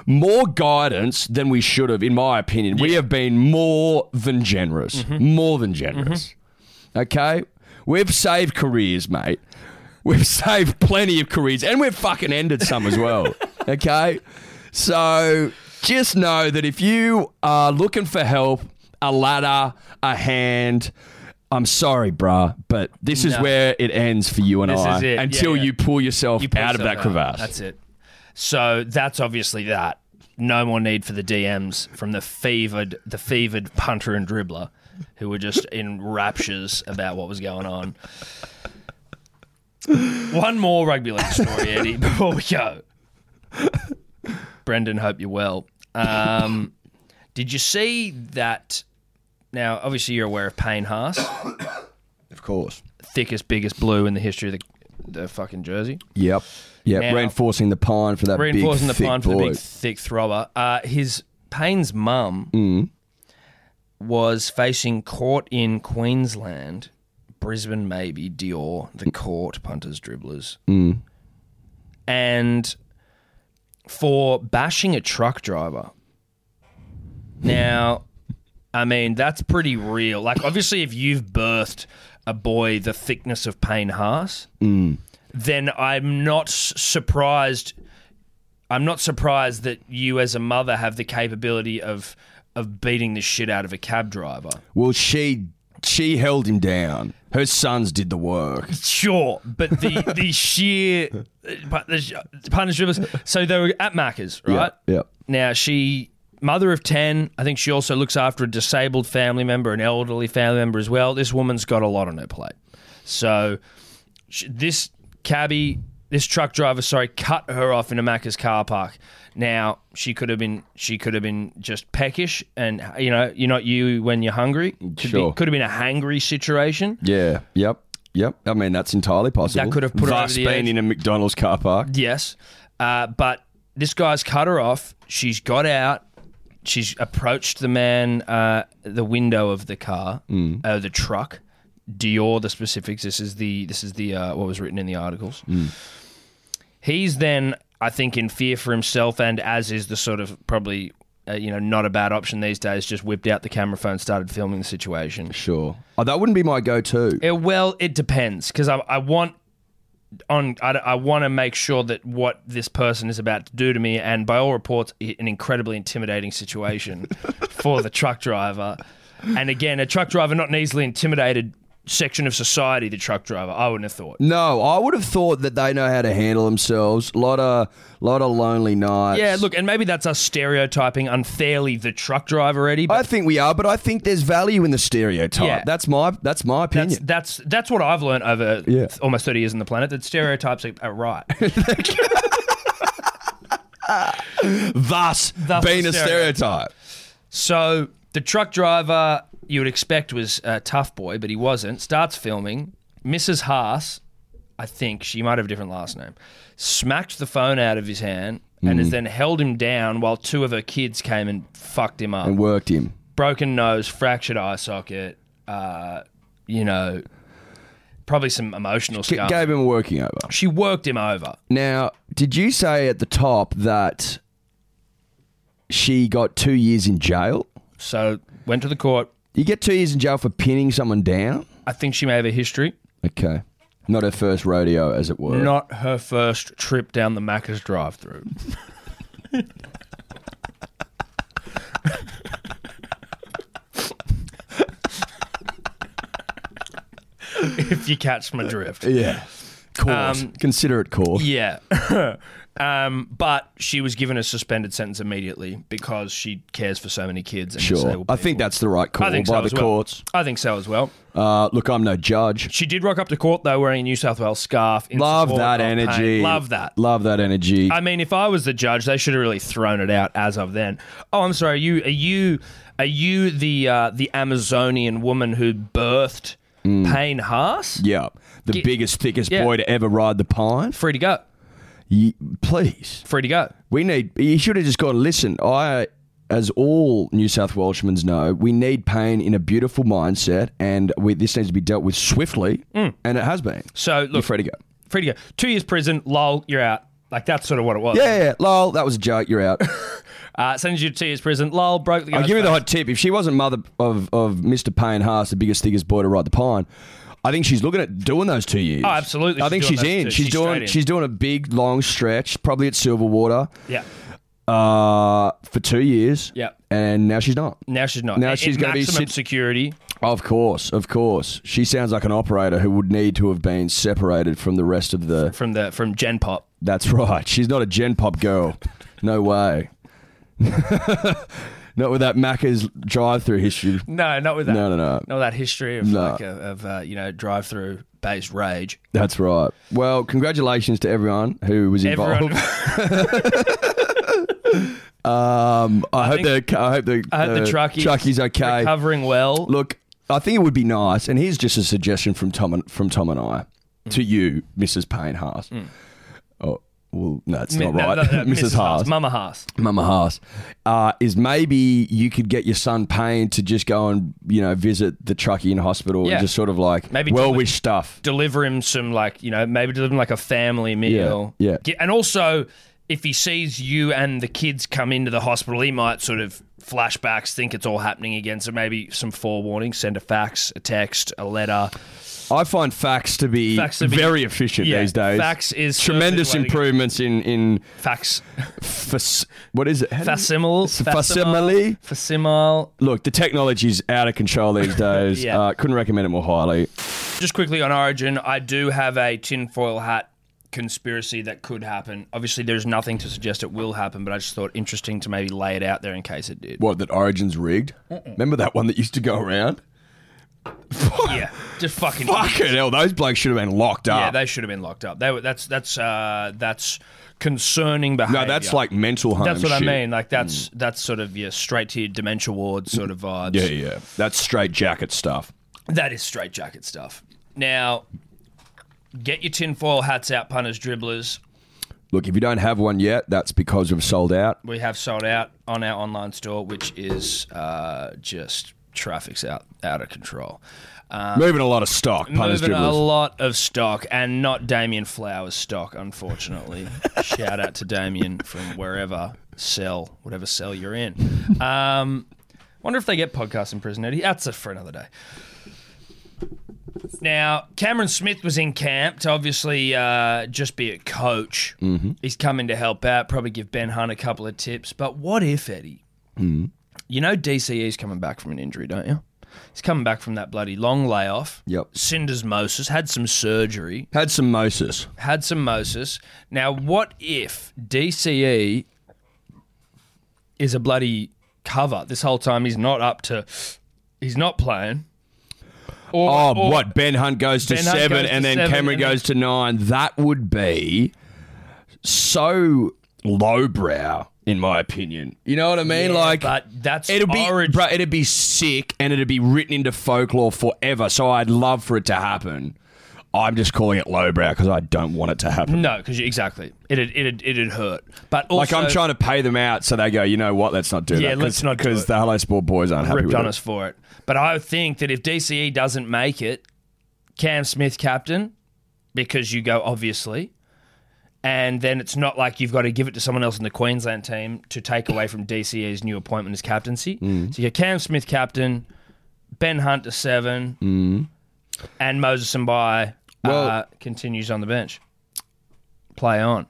[SPEAKER 3] more guidance than we should have, in my opinion. We have been more than generous. More than generous. Okay? We've saved careers, mate. We've saved plenty of careers and we've fucking ended some as well. okay? So just know that if you are looking for help, a ladder, a hand, I'm sorry, bruh, but this is
[SPEAKER 2] No.
[SPEAKER 3] where it ends for you and
[SPEAKER 2] This
[SPEAKER 3] I
[SPEAKER 2] is it. Yeah,
[SPEAKER 3] until
[SPEAKER 2] yeah.
[SPEAKER 3] you pull yourself
[SPEAKER 2] You pull
[SPEAKER 3] out of
[SPEAKER 2] yourself
[SPEAKER 3] that crevasse.
[SPEAKER 2] That's it. So that's obviously that. No more need for the DMs from the fevered, the fevered punter and dribbler, who were just in raptures about what was going on. One more rugby league story, Eddie, before we go. Brendan, hope you're well. Um, did you see that? Now, obviously, you're aware of Payne Haas,
[SPEAKER 3] Of course.
[SPEAKER 2] thickest, biggest blue in the history of the, the fucking jersey.
[SPEAKER 3] Yep. Yep.
[SPEAKER 2] Now-
[SPEAKER 3] reinforcing the pine for that
[SPEAKER 2] reinforcing
[SPEAKER 3] big,
[SPEAKER 2] the
[SPEAKER 3] thick
[SPEAKER 2] pine for the
[SPEAKER 3] boy. Mm.
[SPEAKER 2] big thick throbber. Uh, his Payne's mum was facing court in Queensland, Brisbane, maybe, Dior,
[SPEAKER 3] Mm.
[SPEAKER 2] the court, punters, dribblers. And for bashing a truck driver. Now, I mean, that's pretty real. Like, obviously, if you've birthed a boy the thickness of Payne Haas,
[SPEAKER 3] Mm.
[SPEAKER 2] then I'm not s- surprised. I'm not surprised that you, as a mother, have the capability of of beating the shit out of a cab driver.
[SPEAKER 3] Well, she she held him down. Her sons did the work.
[SPEAKER 2] Sure, but the the sheer but the sh- punish drivers. So they were at Macca's, right?
[SPEAKER 3] Yeah, yeah.
[SPEAKER 2] Now she mother of ten. I think she also looks after a disabled family member, an elderly family member as well. This woman's got a lot on her plate. So sh this cabbie, this truck driver, sorry, cut her off in a Macca's car park. Now she could have been she could have been just peckish, and you know you're not you when you're hungry. Could
[SPEAKER 3] Sure.
[SPEAKER 2] be, could have been a hangry situation.
[SPEAKER 3] Yeah. Yep. Yep. I mean, that's entirely possible.
[SPEAKER 2] That could have put her
[SPEAKER 3] Thus
[SPEAKER 2] over the
[SPEAKER 3] being
[SPEAKER 2] edge.
[SPEAKER 3] in a McDonald's car park.
[SPEAKER 2] Yes. Uh, but this guy's cut her off. She's got out. She's approached the man, uh, the window of the car, uh, the truck. Dior, the specifics. This is the this is the uh, what was written in the articles. He's then, I think, in fear for himself, and as is the sort of probably, uh, you know, not a bad option these days. Just whipped out the camera phone, started filming the situation.
[SPEAKER 3] Sure. Oh, that wouldn't be my go-to.
[SPEAKER 2] Uh, well, it depends because I, I want on I, want to make sure that what this person is about to do to me, and by all reports, i- an incredibly intimidating situation for the truck driver. And again, a truck driver not an easily intimidated section of society. The truck driver, I wouldn't have thought.
[SPEAKER 3] No, I would have thought that they know how to handle themselves. Lot of lot of lonely nights.
[SPEAKER 2] Yeah, look, and maybe that's us stereotyping unfairly the truck driver, Eddie. But
[SPEAKER 3] I think we are, but I think there's value in the stereotype.
[SPEAKER 2] Yeah.
[SPEAKER 3] That's my that's my
[SPEAKER 2] that's,
[SPEAKER 3] opinion.
[SPEAKER 2] that's that's what I've learned over
[SPEAKER 3] Yeah.
[SPEAKER 2] almost thirty years on the planet that stereotypes are- are right.
[SPEAKER 3] Thus,
[SPEAKER 2] Thus
[SPEAKER 3] being
[SPEAKER 2] the
[SPEAKER 3] a stereotype.
[SPEAKER 2] So the truck driver you would expect was a tough boy, but he wasn't. Starts filming. Mrs. Haas, I think she might have a different last name, smacked the phone out of his hand and
[SPEAKER 3] Mm.
[SPEAKER 2] has then held him down while two of her kids came and fucked him up.
[SPEAKER 3] And worked him.
[SPEAKER 2] Broken nose, fractured eye socket, uh, you know, probably some emotional
[SPEAKER 3] G-
[SPEAKER 2] scar.
[SPEAKER 3] Gave him a working over.
[SPEAKER 2] She worked him over.
[SPEAKER 3] Now, did you say at the top that she got two years in jail?
[SPEAKER 2] So went to the court.
[SPEAKER 3] You get two years in jail for pinning someone down?
[SPEAKER 2] I think she may have a history.
[SPEAKER 3] Okay. Not her first rodeo, as it were.
[SPEAKER 2] Not her first trip down the Macca's drive through. if you catch my drift.
[SPEAKER 3] Yeah. Course.
[SPEAKER 2] Um,
[SPEAKER 3] Consider it course.
[SPEAKER 2] Yeah. um, but she was given a suspended sentence immediately because she cares for so many kids and
[SPEAKER 3] Sure.
[SPEAKER 2] disabled
[SPEAKER 3] I think
[SPEAKER 2] people.
[SPEAKER 3] that's the right call
[SPEAKER 2] I think so
[SPEAKER 3] by
[SPEAKER 2] as
[SPEAKER 3] the
[SPEAKER 2] well.
[SPEAKER 3] courts.
[SPEAKER 2] I think so as well.
[SPEAKER 3] Uh, look, I'm no judge.
[SPEAKER 2] She did rock up to court though wearing a New South Wales scarf. in
[SPEAKER 3] Love
[SPEAKER 2] support
[SPEAKER 3] that
[SPEAKER 2] of Payne.
[SPEAKER 3] energy.
[SPEAKER 2] Love that.
[SPEAKER 3] Love that energy.
[SPEAKER 2] I mean, if I was the judge, they should have really thrown it out as of then. Oh, I'm sorry. Are you are you are you the uh, the Amazonian woman who birthed Payne Haas?
[SPEAKER 3] Mm. yeah. The
[SPEAKER 2] Get-
[SPEAKER 3] biggest, thickest
[SPEAKER 2] Yeah.
[SPEAKER 3] boy to ever ride the pine.
[SPEAKER 2] Free to go.
[SPEAKER 3] Ye- please.
[SPEAKER 2] Free to go.
[SPEAKER 3] We need. You should have just gone. Listen, I, as all New South Welshman know, we need pain in a beautiful mindset, and we, this needs to be dealt with swiftly, and it has been.
[SPEAKER 2] So
[SPEAKER 3] You're
[SPEAKER 2] Mm. look,
[SPEAKER 3] free to go.
[SPEAKER 2] free to go. Two years prison. Lol, you're out. Like that's sort of what it was.
[SPEAKER 3] Yeah, yeah, lol, that was a joke. You're out.
[SPEAKER 2] Uh, sends you to two years prison. Lol, broke the.
[SPEAKER 3] I'll
[SPEAKER 2] guy's
[SPEAKER 3] give you the
[SPEAKER 2] face.
[SPEAKER 3] hot tip. If she wasn't mother of, of Mr. Payne Haas, the biggest, thickest boy to ride the pine, I think she's looking at doing those two years.
[SPEAKER 2] Oh, absolutely,
[SPEAKER 3] I
[SPEAKER 2] she's
[SPEAKER 3] think
[SPEAKER 2] doing
[SPEAKER 3] she's
[SPEAKER 2] those
[SPEAKER 3] in.
[SPEAKER 2] two.
[SPEAKER 3] She's,
[SPEAKER 2] She's
[SPEAKER 3] doing.
[SPEAKER 2] straight in.
[SPEAKER 3] She's doing a big, long stretch, probably at Silverwater,
[SPEAKER 2] Yeah.
[SPEAKER 3] uh, for two years.
[SPEAKER 2] Yeah.
[SPEAKER 3] And now she's not.
[SPEAKER 2] Now she's not.
[SPEAKER 3] Now
[SPEAKER 2] In-
[SPEAKER 3] she's
[SPEAKER 2] in
[SPEAKER 3] gonna be
[SPEAKER 2] maximum
[SPEAKER 3] sit-
[SPEAKER 2] security.
[SPEAKER 3] Of course, of course. She sounds like an operator who would need to have been separated from the rest of the.
[SPEAKER 2] from the from Gen Pop.
[SPEAKER 3] That's right. She's not a gen pop girl. No way. not with that Macca's drive-through history.
[SPEAKER 2] No, not with that.
[SPEAKER 3] No, no, no.
[SPEAKER 2] Not that history of
[SPEAKER 3] No.
[SPEAKER 2] like a, of uh, you know drive through based rage.
[SPEAKER 3] That's right. Well, congratulations to everyone who was involved.
[SPEAKER 2] Everyone.
[SPEAKER 3] Um, I, hope
[SPEAKER 2] think-
[SPEAKER 3] the I hope the
[SPEAKER 2] I hope the truckies
[SPEAKER 3] Trucky's Uh, okay.
[SPEAKER 2] recovering well.
[SPEAKER 3] Look, I think it would be nice, and here's just a
[SPEAKER 2] Mm.
[SPEAKER 3] suggestion from Tom and, from Tom and I to you, Mrs. Payne Haas. Oh, well, no, it's not
[SPEAKER 2] Mi-
[SPEAKER 3] right.
[SPEAKER 2] no, no, no,
[SPEAKER 3] Mrs. Haas.
[SPEAKER 2] Mama Haas.
[SPEAKER 3] Mama Haas, uh, is maybe you could get your son Payne to just go and you know visit the Truckee in hospital
[SPEAKER 2] Yeah.
[SPEAKER 3] and just sort of like
[SPEAKER 2] Maybe
[SPEAKER 3] well
[SPEAKER 2] do it.
[SPEAKER 3] wish stuff.
[SPEAKER 2] Deliver him some, like, you know, maybe deliver him like a family meal.
[SPEAKER 3] yeah.
[SPEAKER 2] Get- and also, if he sees you and the kids come into the hospital, he might sort of flashbacks, think it's all happening again. So maybe some forewarning, send a fax, a text, a letter.
[SPEAKER 3] I find facts to be
[SPEAKER 2] Fax to be-
[SPEAKER 3] very efficient
[SPEAKER 2] yeah,
[SPEAKER 3] these days.
[SPEAKER 2] fax is certainly
[SPEAKER 3] tremendous
[SPEAKER 2] the way to go.
[SPEAKER 3] improvements in in
[SPEAKER 2] Fax.
[SPEAKER 3] fas- what is it? How do you-
[SPEAKER 2] Facsimile.
[SPEAKER 3] It's a facsimile.
[SPEAKER 2] Facsimile.
[SPEAKER 3] Look, the technology's out of control these days.
[SPEAKER 2] Yeah.
[SPEAKER 3] uh, couldn't recommend it more highly.
[SPEAKER 2] Just quickly on Origin, I do have a tinfoil hat conspiracy that could happen. Obviously, there's nothing to suggest it will happen, but I just thought interesting to maybe lay it out there in case it did.
[SPEAKER 3] What that Origin's rigged? Remember that one that used to go around?
[SPEAKER 2] Yeah, just fucking.
[SPEAKER 3] Fucking hell, those blokes should have been locked up.
[SPEAKER 2] Yeah, they should have been locked up. They were. That's that's uh, that's concerning behavior.
[SPEAKER 3] no, that's like mental home.
[SPEAKER 2] That's what
[SPEAKER 3] shit. Mm.
[SPEAKER 2] I mean. Like that's that's sort of your straight to your dementia ward sort of vibes.
[SPEAKER 3] Yeah, yeah, that's straight jacket stuff.
[SPEAKER 2] That is straight jacket stuff. Now, get your tinfoil hats out, punters, dribblers.
[SPEAKER 3] Look, if you don't have one yet, that's because we've sold out.
[SPEAKER 2] we have sold out on our online store, which is uh, just traffic's out out of control.
[SPEAKER 3] Moving a lot of stock, punters
[SPEAKER 2] Uh, Moving a
[SPEAKER 3] dribblers.
[SPEAKER 2] lot of stock, and not Damien Flowers stock, unfortunately. Shout out to Damien from wherever cell, whatever cell you're in. Um, wonder if they get podcasts in prison, Eddie. That's it for another day. Now, Cameron Smith was in camp to obviously uh, just be a coach.
[SPEAKER 3] Mm-hmm.
[SPEAKER 2] He's coming to help out, probably give Ben Hunt a couple of tips. But what if, Eddie?
[SPEAKER 3] Mm-hmm.
[SPEAKER 2] You know DCE's coming back from an injury, don't you? He's coming back from that bloody long layoff.
[SPEAKER 3] Yep.
[SPEAKER 2] Syndesmosis, had some surgery,
[SPEAKER 3] Had some Moses.
[SPEAKER 2] had some mosis. Now, what if DCE is a bloody cover this whole time? He's not up to, he's not playing. Or,
[SPEAKER 3] Oh,
[SPEAKER 2] or-
[SPEAKER 3] what? Ben Hunt goes to
[SPEAKER 2] Ben Hunt
[SPEAKER 3] seven,
[SPEAKER 2] goes
[SPEAKER 3] and
[SPEAKER 2] to
[SPEAKER 3] then
[SPEAKER 2] seven,
[SPEAKER 3] Cameron
[SPEAKER 2] and then-
[SPEAKER 3] goes to nine. That would be so lowbrow, in my opinion. You know what I mean? like,
[SPEAKER 2] but that's
[SPEAKER 3] it'll be,
[SPEAKER 2] origin.
[SPEAKER 3] bruh, it'd be sick, and it'd be written into folklore forever. So I'd love for it to happen. I'm just calling it lowbrow because I don't want it to happen.
[SPEAKER 2] No, because exactly, it'd it'd it'd hurt. But
[SPEAKER 3] Like
[SPEAKER 2] also,
[SPEAKER 3] I'm trying to pay them out, so they go. You know what? Let's not do
[SPEAKER 2] Yeah,
[SPEAKER 3] that.
[SPEAKER 2] let's not do
[SPEAKER 3] because
[SPEAKER 2] it."
[SPEAKER 3] the Hello Sport boys aren't happy
[SPEAKER 2] ripped
[SPEAKER 3] with
[SPEAKER 2] on
[SPEAKER 3] it.
[SPEAKER 2] us for it. But I think that if DCE doesn't make it, Cam Smith captain, because you go obviously, and then it's not like you've got to give it to someone else in the Queensland team to take away from DCE's new appointment as captaincy.
[SPEAKER 3] Mm.
[SPEAKER 2] So you get Cam Smith captain, Ben Hunt to seven, and Moses and by uh,
[SPEAKER 3] Mm. Well-
[SPEAKER 2] continues on the bench. Play on.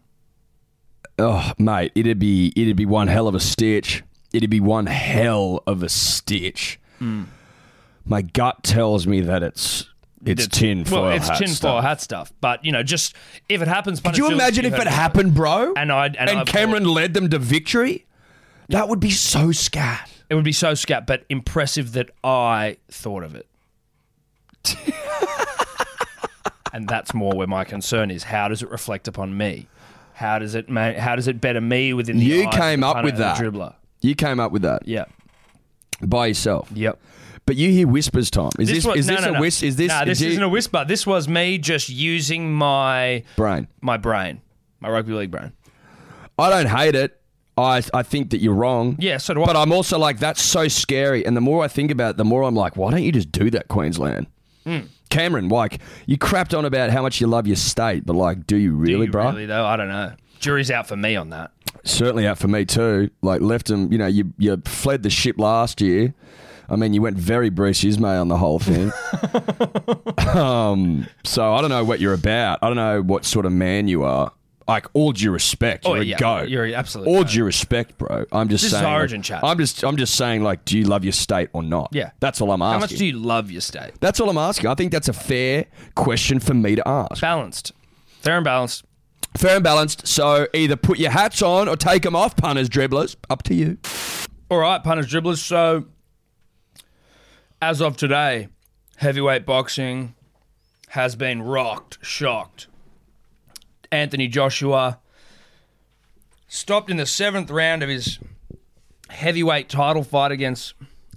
[SPEAKER 3] Oh, mate, it'd be it'd be one hell of a stitch. It'd be one hell of a stitch.
[SPEAKER 2] Hmm.
[SPEAKER 3] My gut tells me that it's it's tin foil.
[SPEAKER 2] Well, it's
[SPEAKER 3] hat
[SPEAKER 2] tin
[SPEAKER 3] stuff.
[SPEAKER 2] foil hat stuff. But you know, just if it happens,
[SPEAKER 3] Could you imagine if it happened, bro?
[SPEAKER 2] And I'd and, I'd-
[SPEAKER 3] Cameron led them to victory. That would be so scat.
[SPEAKER 2] It would be so scat, but impressive that I thought of it. and that's more where my concern is. How does it reflect upon me? How does it ma- how does it better me within the
[SPEAKER 3] You
[SPEAKER 2] eyes of
[SPEAKER 3] came
[SPEAKER 2] the
[SPEAKER 3] up
[SPEAKER 2] punter
[SPEAKER 3] with
[SPEAKER 2] and the
[SPEAKER 3] that.
[SPEAKER 2] dribbler?
[SPEAKER 3] You came up with that
[SPEAKER 2] Yeah.
[SPEAKER 3] by yourself,
[SPEAKER 2] Yep.
[SPEAKER 3] but you hear whispers, Tom. Is this,
[SPEAKER 2] was-
[SPEAKER 3] is
[SPEAKER 2] no,
[SPEAKER 3] this
[SPEAKER 2] no,
[SPEAKER 3] a
[SPEAKER 2] no.
[SPEAKER 3] whis? Is this
[SPEAKER 2] Nah, this
[SPEAKER 3] is
[SPEAKER 2] isn't a whisper. This was me just using my
[SPEAKER 3] brain?
[SPEAKER 2] my brain, my rugby league brain.
[SPEAKER 3] I don't hate it. I I think that you're wrong.
[SPEAKER 2] Yeah, so do I.
[SPEAKER 3] But I'm also like, that's so scary. And the more I think about it, the more I'm like, why don't you just do that, Queensland?
[SPEAKER 2] Hmm.
[SPEAKER 3] Cameron, like, you crapped on about how much you love your state, but like, do you really,
[SPEAKER 2] You
[SPEAKER 3] bro?
[SPEAKER 2] Really though, I don't know. Jury's out for me on that.
[SPEAKER 3] Certainly out for me too. Like, left them, you know, you, you fled the ship last year. I mean, you went very Bruce Ismay on the whole thing. um, so I don't know what you're about. I don't know what sort of man you are. Like, all due respect, you're a
[SPEAKER 2] Oh, yeah,
[SPEAKER 3] goat.
[SPEAKER 2] You're absolutely
[SPEAKER 3] All due respect, bro. I'm just
[SPEAKER 2] This is
[SPEAKER 3] saying. like,
[SPEAKER 2] origin chat.
[SPEAKER 3] I'm just I'm just saying like, do you love your state or not?
[SPEAKER 2] Yeah.
[SPEAKER 3] That's all I'm asking.
[SPEAKER 2] How much do you love your state?
[SPEAKER 3] that's all I'm asking. I think that's a fair question for me to ask.
[SPEAKER 2] Balanced, fair and balanced.
[SPEAKER 3] Fair and balanced. So either put your hats on or take them off, punters, dribblers. Up to you.
[SPEAKER 2] All right, punters, dribblers. So, as of today, heavyweight boxing has been rocked, shocked. Anthony Joshua stopped in the seventh round of his heavyweight title fight against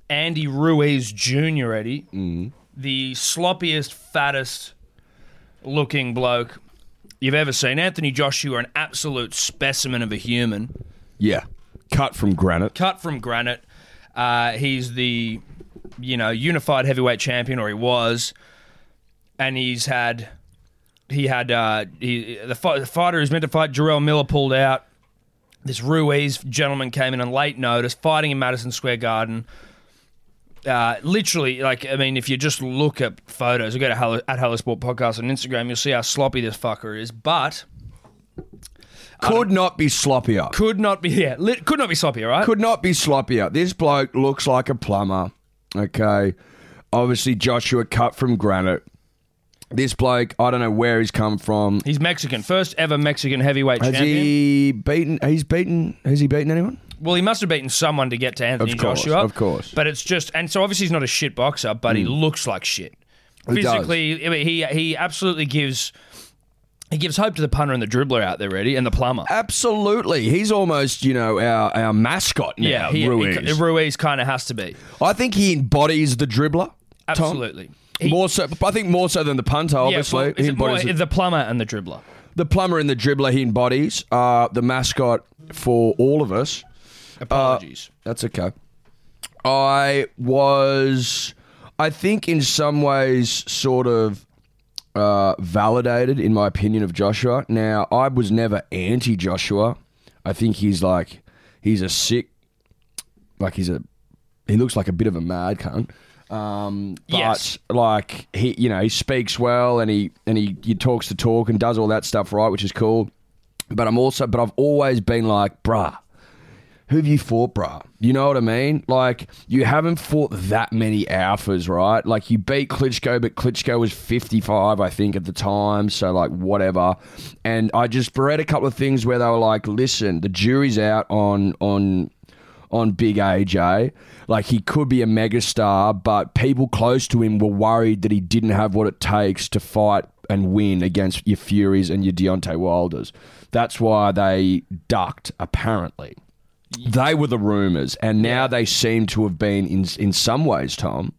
[SPEAKER 2] Andy Ruiz Jr. Eddie, the sloppiest, fattest looking bloke you've ever seen. Anthony Joshua, an absolute specimen of a human,
[SPEAKER 3] Yeah. Cut from granite.
[SPEAKER 2] cut from granite. Uh, he's the, you know, unified heavyweight champion, or he was, and he's had, he had uh, he, the, fi- the fighter who's meant to fight Jarrell Miller pulled out. This Ruiz gentleman came in on late notice, fighting in Madison Square Garden. uh, literally, like, I mean, if you just look at photos, go to Hello, at Hello Sport Podcast on Instagram, you'll see how sloppy this fucker is. But
[SPEAKER 3] Could not be sloppier.
[SPEAKER 2] could not be, yeah, lit, could not be sloppy, right?
[SPEAKER 3] Could not be sloppier. This bloke looks like a plumber. Okay. Obviously, Joshua cut from granite. This bloke, I don't know where he's come from.
[SPEAKER 2] He's Mexican, first ever Mexican heavyweight
[SPEAKER 3] Has
[SPEAKER 2] champion.
[SPEAKER 3] he beaten? He's beaten. Has he beaten anyone?
[SPEAKER 2] Well, he must have beaten someone to get to Anthony
[SPEAKER 3] Of course,
[SPEAKER 2] Joshua,
[SPEAKER 3] of course. Mm.
[SPEAKER 2] But it's just, and so obviously he's not a shit boxer, but he looks like shit.
[SPEAKER 3] He does.
[SPEAKER 2] Physically, I mean, he he absolutely gives. He gives hope to the punter and the dribbler out there, ready, and the plumber.
[SPEAKER 3] Absolutely. He's almost, you know, our, our mascot now,
[SPEAKER 2] yeah, he,
[SPEAKER 3] Ruiz.
[SPEAKER 2] he, Ruiz kind of has to be.
[SPEAKER 3] I think he embodies the dribbler. Tom.
[SPEAKER 2] Absolutely. He-
[SPEAKER 3] more so, I think more so than the punter. Obviously,
[SPEAKER 2] yeah, well,
[SPEAKER 3] he
[SPEAKER 2] is it more
[SPEAKER 3] embodies the,
[SPEAKER 2] the plumber and the dribbler.
[SPEAKER 3] the plumber and the dribbler. He embodies uh, the mascot for all of us. Uh,
[SPEAKER 2] Apologies.
[SPEAKER 3] That's okay. I was, I think, in some ways, sort of uh, validated in my opinion of Joshua. Now, I was never anti Joshua. I think he's like, he's a sick, like he's a, he looks like a bit of a mad cunt. Um, but
[SPEAKER 2] Yes.
[SPEAKER 3] like he, you know, he speaks well and he and he, he talks the talk and does all that stuff right, which is cool. But I'm also, but I've always been like, bruh, who have you fought, bruh? You know what I mean? Like, you haven't fought that many alphas, right? Like, you beat Klitschko, but Klitschko was 55, I think, at the time. So, like, whatever. And I just read a couple of things where they were like, listen, the jury's out on, on, on Big AJ. Like, he could be a megastar, but people close to him were worried that he didn't have what it takes to fight and win against your Furies and your Deontay Wilders. That's why they ducked, apparently. They were the rumors, and now they seem to have been in in some ways, Tom.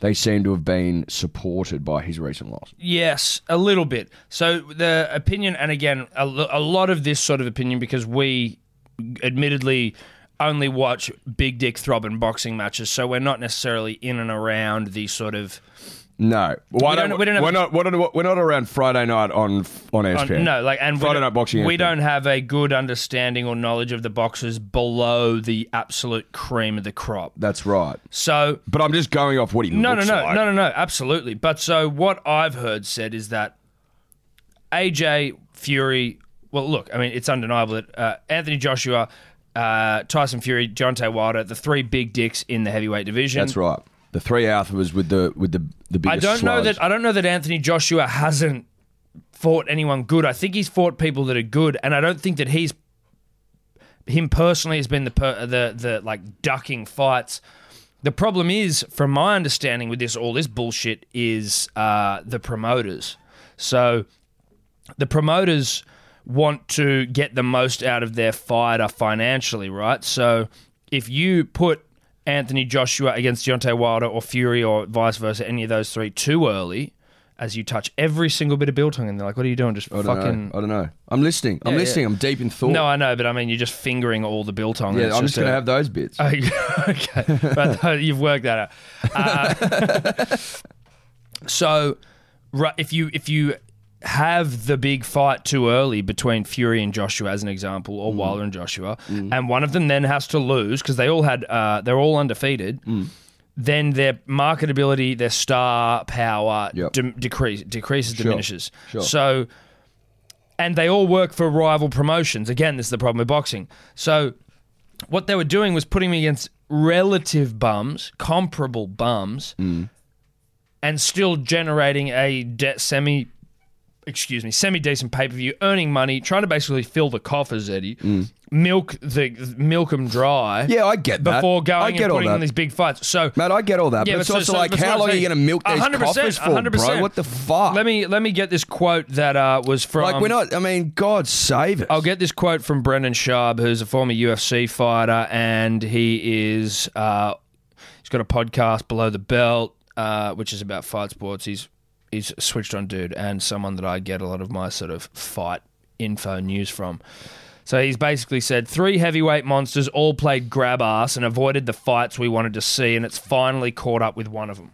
[SPEAKER 3] They seem to have been supported by his recent loss.
[SPEAKER 2] Yes, a little bit. So the opinion, and again, a, lo- a lot of this sort of opinion because we, admittedly, only watch big dick throbbing boxing matches, so we're not necessarily in and around the sort of
[SPEAKER 3] No, why
[SPEAKER 2] We don't-
[SPEAKER 3] don't,
[SPEAKER 2] we
[SPEAKER 3] we
[SPEAKER 2] don't have-
[SPEAKER 3] are not we're not we're not around Friday night on E on ESPN.
[SPEAKER 2] on- no, like and we
[SPEAKER 3] Friday
[SPEAKER 2] don't-
[SPEAKER 3] night boxing.
[SPEAKER 2] We
[SPEAKER 3] ESPN.
[SPEAKER 2] don't have a good understanding or knowledge of the boxers below the absolute cream of the crop.
[SPEAKER 3] That's right.
[SPEAKER 2] So
[SPEAKER 3] But I'm just going off what he
[SPEAKER 2] No, no,
[SPEAKER 3] looks
[SPEAKER 2] no,
[SPEAKER 3] like.
[SPEAKER 2] no, no, no, absolutely. But so what I've heard said is that AJ Fury. Well, look, I mean, it's undeniable that uh, Anthony Joshua, uh, Tyson Fury, Deontay Wilder, the three big dicks in the heavyweight division.
[SPEAKER 3] That's right. The three alphas with the with the the biggest.
[SPEAKER 2] I don't know
[SPEAKER 3] slugs.
[SPEAKER 2] that. I don't know that Anthony Joshua hasn't fought anyone good. I think he's fought people that are good, and I don't think that he's him personally has been the per, the the like ducking fights. The problem is, from my understanding, with this all this bullshit is uh, the promoters. So the promoters want to get the most out of their fighter financially, right? So if you put Anthony Joshua against Deontay Wilder or Fury or vice versa, any of those three too early, as you touch every single bit of biltong, and they're like, "What are you doing? Just
[SPEAKER 3] I don't know.
[SPEAKER 2] fucking."
[SPEAKER 3] I don't know. I'm listening. I'm listening. I'm deep in thought.
[SPEAKER 2] No, I know, but I mean, you're just fingering all the biltong. and
[SPEAKER 3] yeah,
[SPEAKER 2] it's
[SPEAKER 3] I'm just gonna
[SPEAKER 2] a-
[SPEAKER 3] have those bits.
[SPEAKER 2] okay, but uh, you've worked that out. Uh, so, ri- if you if you have the big fight too early between Fury and Joshua, as an example,
[SPEAKER 3] Mm.
[SPEAKER 2] or Wilder and Joshua, and one of them then has to lose because they all had uh, they're all undefeated.
[SPEAKER 3] Mm.
[SPEAKER 2] Then their marketability, their star power
[SPEAKER 3] Yep.
[SPEAKER 2] de- decrease, decreases, diminishes.
[SPEAKER 3] sure.
[SPEAKER 2] So, and they all work for rival promotions. Again, this is the problem with boxing. So, what they were doing was putting me against relative bums, comparable bums,
[SPEAKER 3] Mm.
[SPEAKER 2] and still generating a de- semi, excuse me, semi decent pay per view, earning money, trying to basically fill the coffers, Eddie, milk the milk them dry.
[SPEAKER 3] Mm. yeah, I get that.
[SPEAKER 2] Before going
[SPEAKER 3] I get
[SPEAKER 2] and
[SPEAKER 3] all
[SPEAKER 2] putting in
[SPEAKER 3] that.
[SPEAKER 2] these big fights, so
[SPEAKER 3] Mate, I get all that,
[SPEAKER 2] Yeah,
[SPEAKER 3] but
[SPEAKER 2] but
[SPEAKER 3] it's
[SPEAKER 2] so-
[SPEAKER 3] also
[SPEAKER 2] so
[SPEAKER 3] like,
[SPEAKER 2] that's what
[SPEAKER 3] how
[SPEAKER 2] I'm
[SPEAKER 3] long are you
[SPEAKER 2] saying.
[SPEAKER 3] going to milk these
[SPEAKER 2] 100%,
[SPEAKER 3] coffers for, bro?
[SPEAKER 2] 100%.
[SPEAKER 3] What the fuck?
[SPEAKER 2] let me let me get this quote that uh, was from
[SPEAKER 3] like, we're not. I mean, God save us.
[SPEAKER 2] I'll get this quote from Brendan Schaub, who's a former UFC fighter, and he is uh, he's got a podcast below the belt, uh, which is about fight sports. He's is switched on dude and someone that I get a lot of my sort of fight info news from. So he's basically said three heavyweight monsters all played grab ass and avoided the fights we wanted to see, and it's finally caught up with one of them.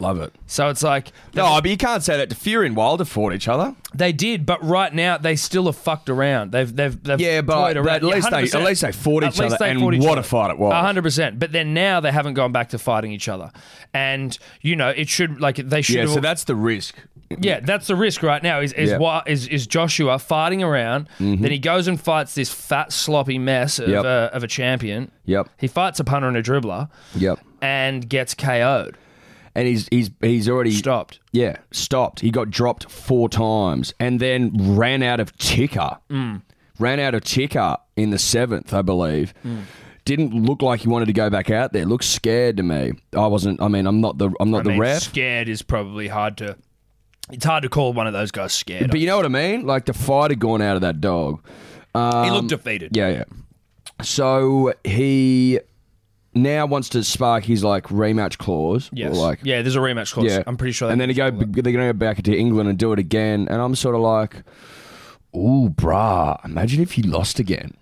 [SPEAKER 3] Love it.
[SPEAKER 2] So it's like
[SPEAKER 3] No, but you can't say that. Fury and Wilder fought each other.
[SPEAKER 2] they did, but right now they still have fucked around. They've they've, they've
[SPEAKER 3] Yeah, but
[SPEAKER 2] toyed around.
[SPEAKER 3] at least they-
[SPEAKER 2] 100%.
[SPEAKER 3] at least they fought
[SPEAKER 2] At
[SPEAKER 3] each
[SPEAKER 2] least
[SPEAKER 3] other,
[SPEAKER 2] they
[SPEAKER 3] and
[SPEAKER 2] fought each
[SPEAKER 3] what a
[SPEAKER 2] other.
[SPEAKER 3] fight it was.
[SPEAKER 2] hundred percent. But then now they haven't gone back to fighting each other, and you know it should like they should.
[SPEAKER 3] Yeah,
[SPEAKER 2] have
[SPEAKER 3] so that's the risk.
[SPEAKER 2] yeah, that's the risk right now. Is is
[SPEAKER 3] Yeah. Mm-hmm.
[SPEAKER 2] why is, is Joshua farting around? Then he goes and fights this fat sloppy mess of,
[SPEAKER 3] Yep.
[SPEAKER 2] uh, of a champion.
[SPEAKER 3] Yep.
[SPEAKER 2] He fights a punter and a dribbler,
[SPEAKER 3] Yep.
[SPEAKER 2] and gets KO'd.
[SPEAKER 3] And he's he's he's already
[SPEAKER 2] Stopped.
[SPEAKER 3] Yeah, stopped. He got dropped four times and then ran out of ticker. Ran out of ticker in the seventh, I believe. Didn't look like he wanted to go back out there. Looked scared to me. I wasn't. I mean, I'm not the. I'm not
[SPEAKER 2] I
[SPEAKER 3] the
[SPEAKER 2] mean,
[SPEAKER 3] ref.
[SPEAKER 2] scared is probably hard to. It's hard to call one of those guys scared.
[SPEAKER 3] But you know what I mean? Like the fight had gone out of that dog.
[SPEAKER 2] he looked defeated.
[SPEAKER 3] Um, Yeah, yeah. So he now wants to spark his like rematch clause.
[SPEAKER 2] Yes.
[SPEAKER 3] Or like
[SPEAKER 2] yeah, there's a rematch clause.
[SPEAKER 3] yeah.
[SPEAKER 2] I'm pretty sure.
[SPEAKER 3] And
[SPEAKER 2] that-
[SPEAKER 3] then he go they're gonna go back to England and do it again. And I'm sort of like, ooh, brah. Imagine if he lost again.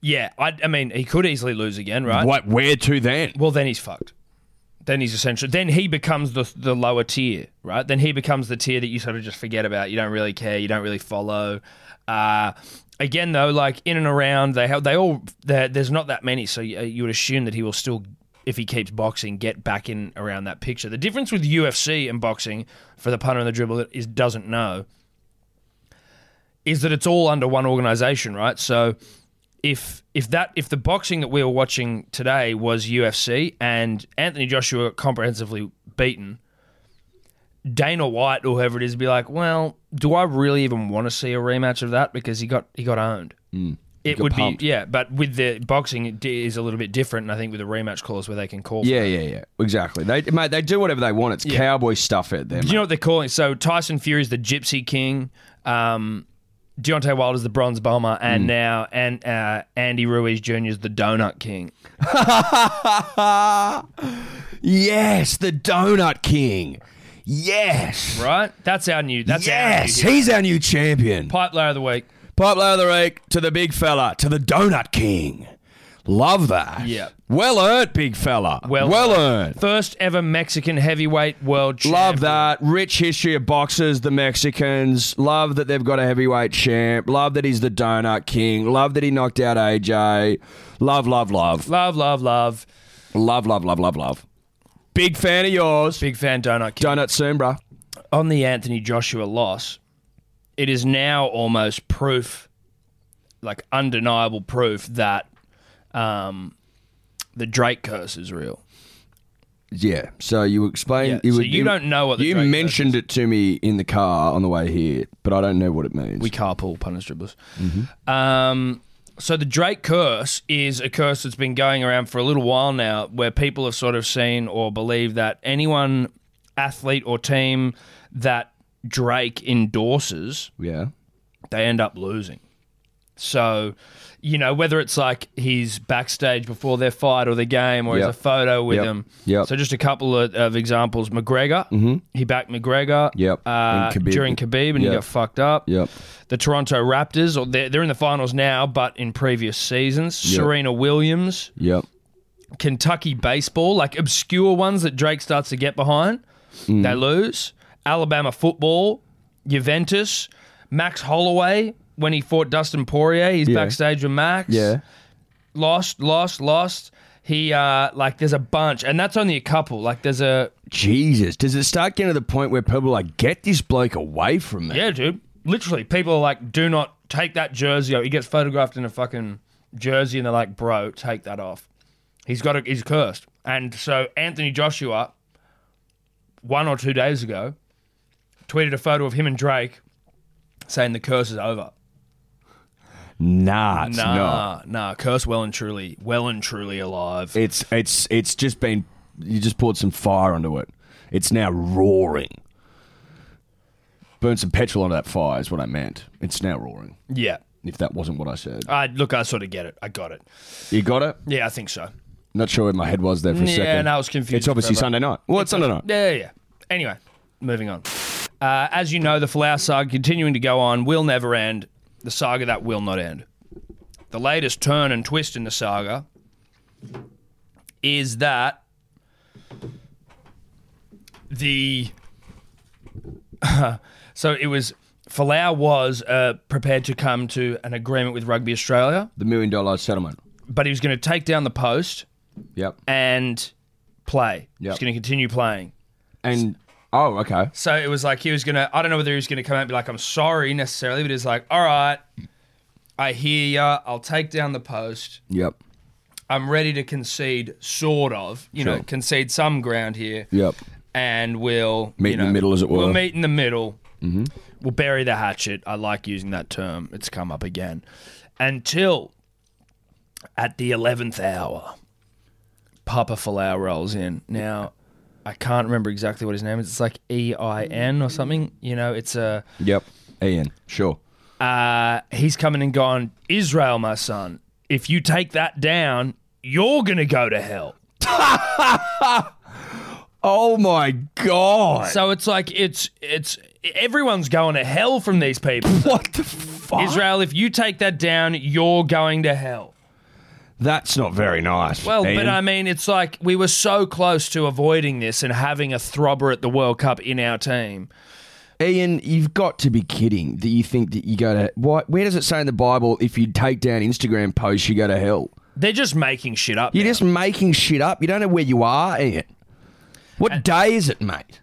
[SPEAKER 2] yeah, I, I mean, he could easily lose again, right?
[SPEAKER 3] What? Where to then?
[SPEAKER 2] Well, then he's fucked. Then he's essentially. Then he becomes the the lower tier, right? Then he becomes the tier that you sort of just forget about. You don't really care. You don't really follow. Uh, again, though, like in and around, they have they all there- there's not that many, so uh, you, you would assume that he will still. If he keeps boxing, get back in around that picture. The difference with UFC and boxing for the punter and the dribbler is doesn't know is that it's all under one organization, right? So if if that if the boxing that we were watching today was UFC and Anthony Joshua got comprehensively beaten, Dana White or whoever it is be like, well, do I really even want to see a rematch of that because he got he got owned. It
[SPEAKER 3] Mm. got
[SPEAKER 2] would
[SPEAKER 3] pumped.
[SPEAKER 2] be yeah, but with the boxing it d- is a little bit different, and I think with the rematch clause where they can call. for
[SPEAKER 3] Yeah, yeah, yeah. Exactly. They mate, they do whatever they want. It's cowboy stuff out there.
[SPEAKER 2] Do you know what they're calling? So Tyson Fury's the Gypsy King. Um, Deontay Wilder's the Bronze Bomber,
[SPEAKER 3] Hmm.
[SPEAKER 2] and now and uh, Andy Ruiz Jr. is the Donut King.
[SPEAKER 3] Yes, the Donut King. Yes.
[SPEAKER 2] Right? That's our new. That's
[SPEAKER 3] yes,
[SPEAKER 2] Our new hit.
[SPEAKER 3] he's our new champion.
[SPEAKER 2] Pipe layer of the week.
[SPEAKER 3] Pipe low of the rake to the big fella, to the donut king. Love that.
[SPEAKER 2] Yeah.
[SPEAKER 3] Well earned, big fella.
[SPEAKER 2] Well-
[SPEAKER 3] earned.
[SPEAKER 2] First ever Mexican heavyweight world champ.
[SPEAKER 3] Love that. Rich history of boxers, the Mexicans. Love that they've got a heavyweight champ. Love that he's the donut king. Love that he knocked out AJ. Love, love, love.
[SPEAKER 2] Love, love, love.
[SPEAKER 3] Love, love, love, love, love. Big fan of yours.
[SPEAKER 2] Big fan Donut King.
[SPEAKER 3] Donut soon, bruh.
[SPEAKER 2] On the Anthony Joshua loss, it is now almost proof, like undeniable proof that um, the Drake curse is real.
[SPEAKER 3] Yeah. So you explained.
[SPEAKER 2] Yeah, so you don't know what the
[SPEAKER 3] you
[SPEAKER 2] Drake version
[SPEAKER 3] mentioned it to me in the car on the way here, but I don't know what it means.
[SPEAKER 2] We carpool punters dribblers.
[SPEAKER 3] Mm-hmm.
[SPEAKER 2] Um, so the Drake curse is a curse that's been going around for a little while now, where people have sort of seen or believe that anyone, athlete or team that Drake endorses,
[SPEAKER 3] yeah.
[SPEAKER 2] they end up losing. So, you know, whether it's like he's backstage before their fight or the game or
[SPEAKER 3] Yep.
[SPEAKER 2] there's a photo with
[SPEAKER 3] Yep.
[SPEAKER 2] him.
[SPEAKER 3] Yep.
[SPEAKER 2] So, just a couple of, of examples. McGregor, mm-hmm. he backed McGregor
[SPEAKER 3] Yep.
[SPEAKER 2] uh,
[SPEAKER 3] And Khabib.
[SPEAKER 2] during Khabib and
[SPEAKER 3] Yep.
[SPEAKER 2] he got fucked up.
[SPEAKER 3] Yep.
[SPEAKER 2] The Toronto Raptors, or they're, they're in the finals now, but in previous seasons. Serena Williams,
[SPEAKER 3] Yep.
[SPEAKER 2] Kentucky baseball, like obscure ones that Drake starts to get behind. They lose. Alabama football, Juventus, Max Holloway when he fought Dustin Poirier, he's backstage with Max.
[SPEAKER 3] Yeah.
[SPEAKER 2] Lost, lost, lost. He uh like there's a bunch and that's only a couple. Like there's a
[SPEAKER 3] Jesus, does it start getting to the point where people are like, get this bloke away from me?
[SPEAKER 2] Yeah, dude. Literally, people are like, do not take that jersey off. He gets photographed in a fucking jersey and they're like, bro, take that off. He's got a, he's cursed. And so Anthony Joshua, one or two days ago, tweeted a photo of him and Drake saying the curse is over.
[SPEAKER 3] Nah, it's not.
[SPEAKER 2] nah, nah, curse well and truly, well and truly alive.
[SPEAKER 3] It's it's it's just been you just poured some fire onto it. It's now roaring. Burn some petrol onto that fire is what I meant. It's now roaring.
[SPEAKER 2] yeah.
[SPEAKER 3] If that wasn't what I said.
[SPEAKER 2] I look, I sort of get it. I got it.
[SPEAKER 3] You got it?
[SPEAKER 2] Yeah, I think so.
[SPEAKER 3] Not sure where my head was there for a
[SPEAKER 2] Yeah,
[SPEAKER 3] second.
[SPEAKER 2] no, I was confused
[SPEAKER 3] It's obviously
[SPEAKER 2] forever.
[SPEAKER 3] Sunday night. Well, it's Sunday night.
[SPEAKER 2] Yeah, yeah. yeah. Anyway, moving on. Uh, as you know, the Flower saga continuing to go on will never end. The saga that will not end. The latest turn and twist in the saga is that the so it was Falau was uh, prepared to come to an agreement with Rugby Australia,
[SPEAKER 3] The million dollar settlement.
[SPEAKER 2] but he was going to take down the post
[SPEAKER 3] Yep.
[SPEAKER 2] and play. He's
[SPEAKER 3] Yep.
[SPEAKER 2] going to continue playing.
[SPEAKER 3] And oh, okay.
[SPEAKER 2] So it was like he was gonna. I don't know whether he was gonna come out and be like, "I'm sorry" necessarily, but he's like, "All right, I hear ya. I'll take down the post.
[SPEAKER 3] Yep.
[SPEAKER 2] I'm ready to concede, sort of. You know,
[SPEAKER 3] Sure.
[SPEAKER 2] concede some ground here.
[SPEAKER 3] Yep.
[SPEAKER 2] And we'll
[SPEAKER 3] Meet
[SPEAKER 2] you
[SPEAKER 3] in the
[SPEAKER 2] know,
[SPEAKER 3] middle, as it
[SPEAKER 2] We'll
[SPEAKER 3] were.
[SPEAKER 2] meet in the middle. Mm-hmm. We'll bury the hatchet. I like using that term. It's come up again. Until at the eleventh hour, Papa Falau rolls in. Now, I can't remember exactly what his name is. It's like E I N or something. You know, it's a.
[SPEAKER 3] Yep. Ian. Sure.
[SPEAKER 2] Uh, he's coming and gone. Israel, my son. If you take that down, you're gonna go to hell.
[SPEAKER 3] Oh my god.
[SPEAKER 2] So it's like it's it's everyone's going to hell from these people.
[SPEAKER 3] What the fuck?
[SPEAKER 2] Israel, if you take that down, you're going to hell.
[SPEAKER 3] That's not very nice.
[SPEAKER 2] Well,
[SPEAKER 3] Ian.
[SPEAKER 2] but I mean, it's like we were so close to avoiding this and having a throbber at the World Cup in our team.
[SPEAKER 3] Ian, you've got to be kidding that you think that you go to why, where does it say in the Bible if you take down Instagram posts you go to hell?
[SPEAKER 2] They're just making shit up.
[SPEAKER 3] You're
[SPEAKER 2] now.
[SPEAKER 3] just making shit up. You don't know where you are, Ian. What day is it, mate?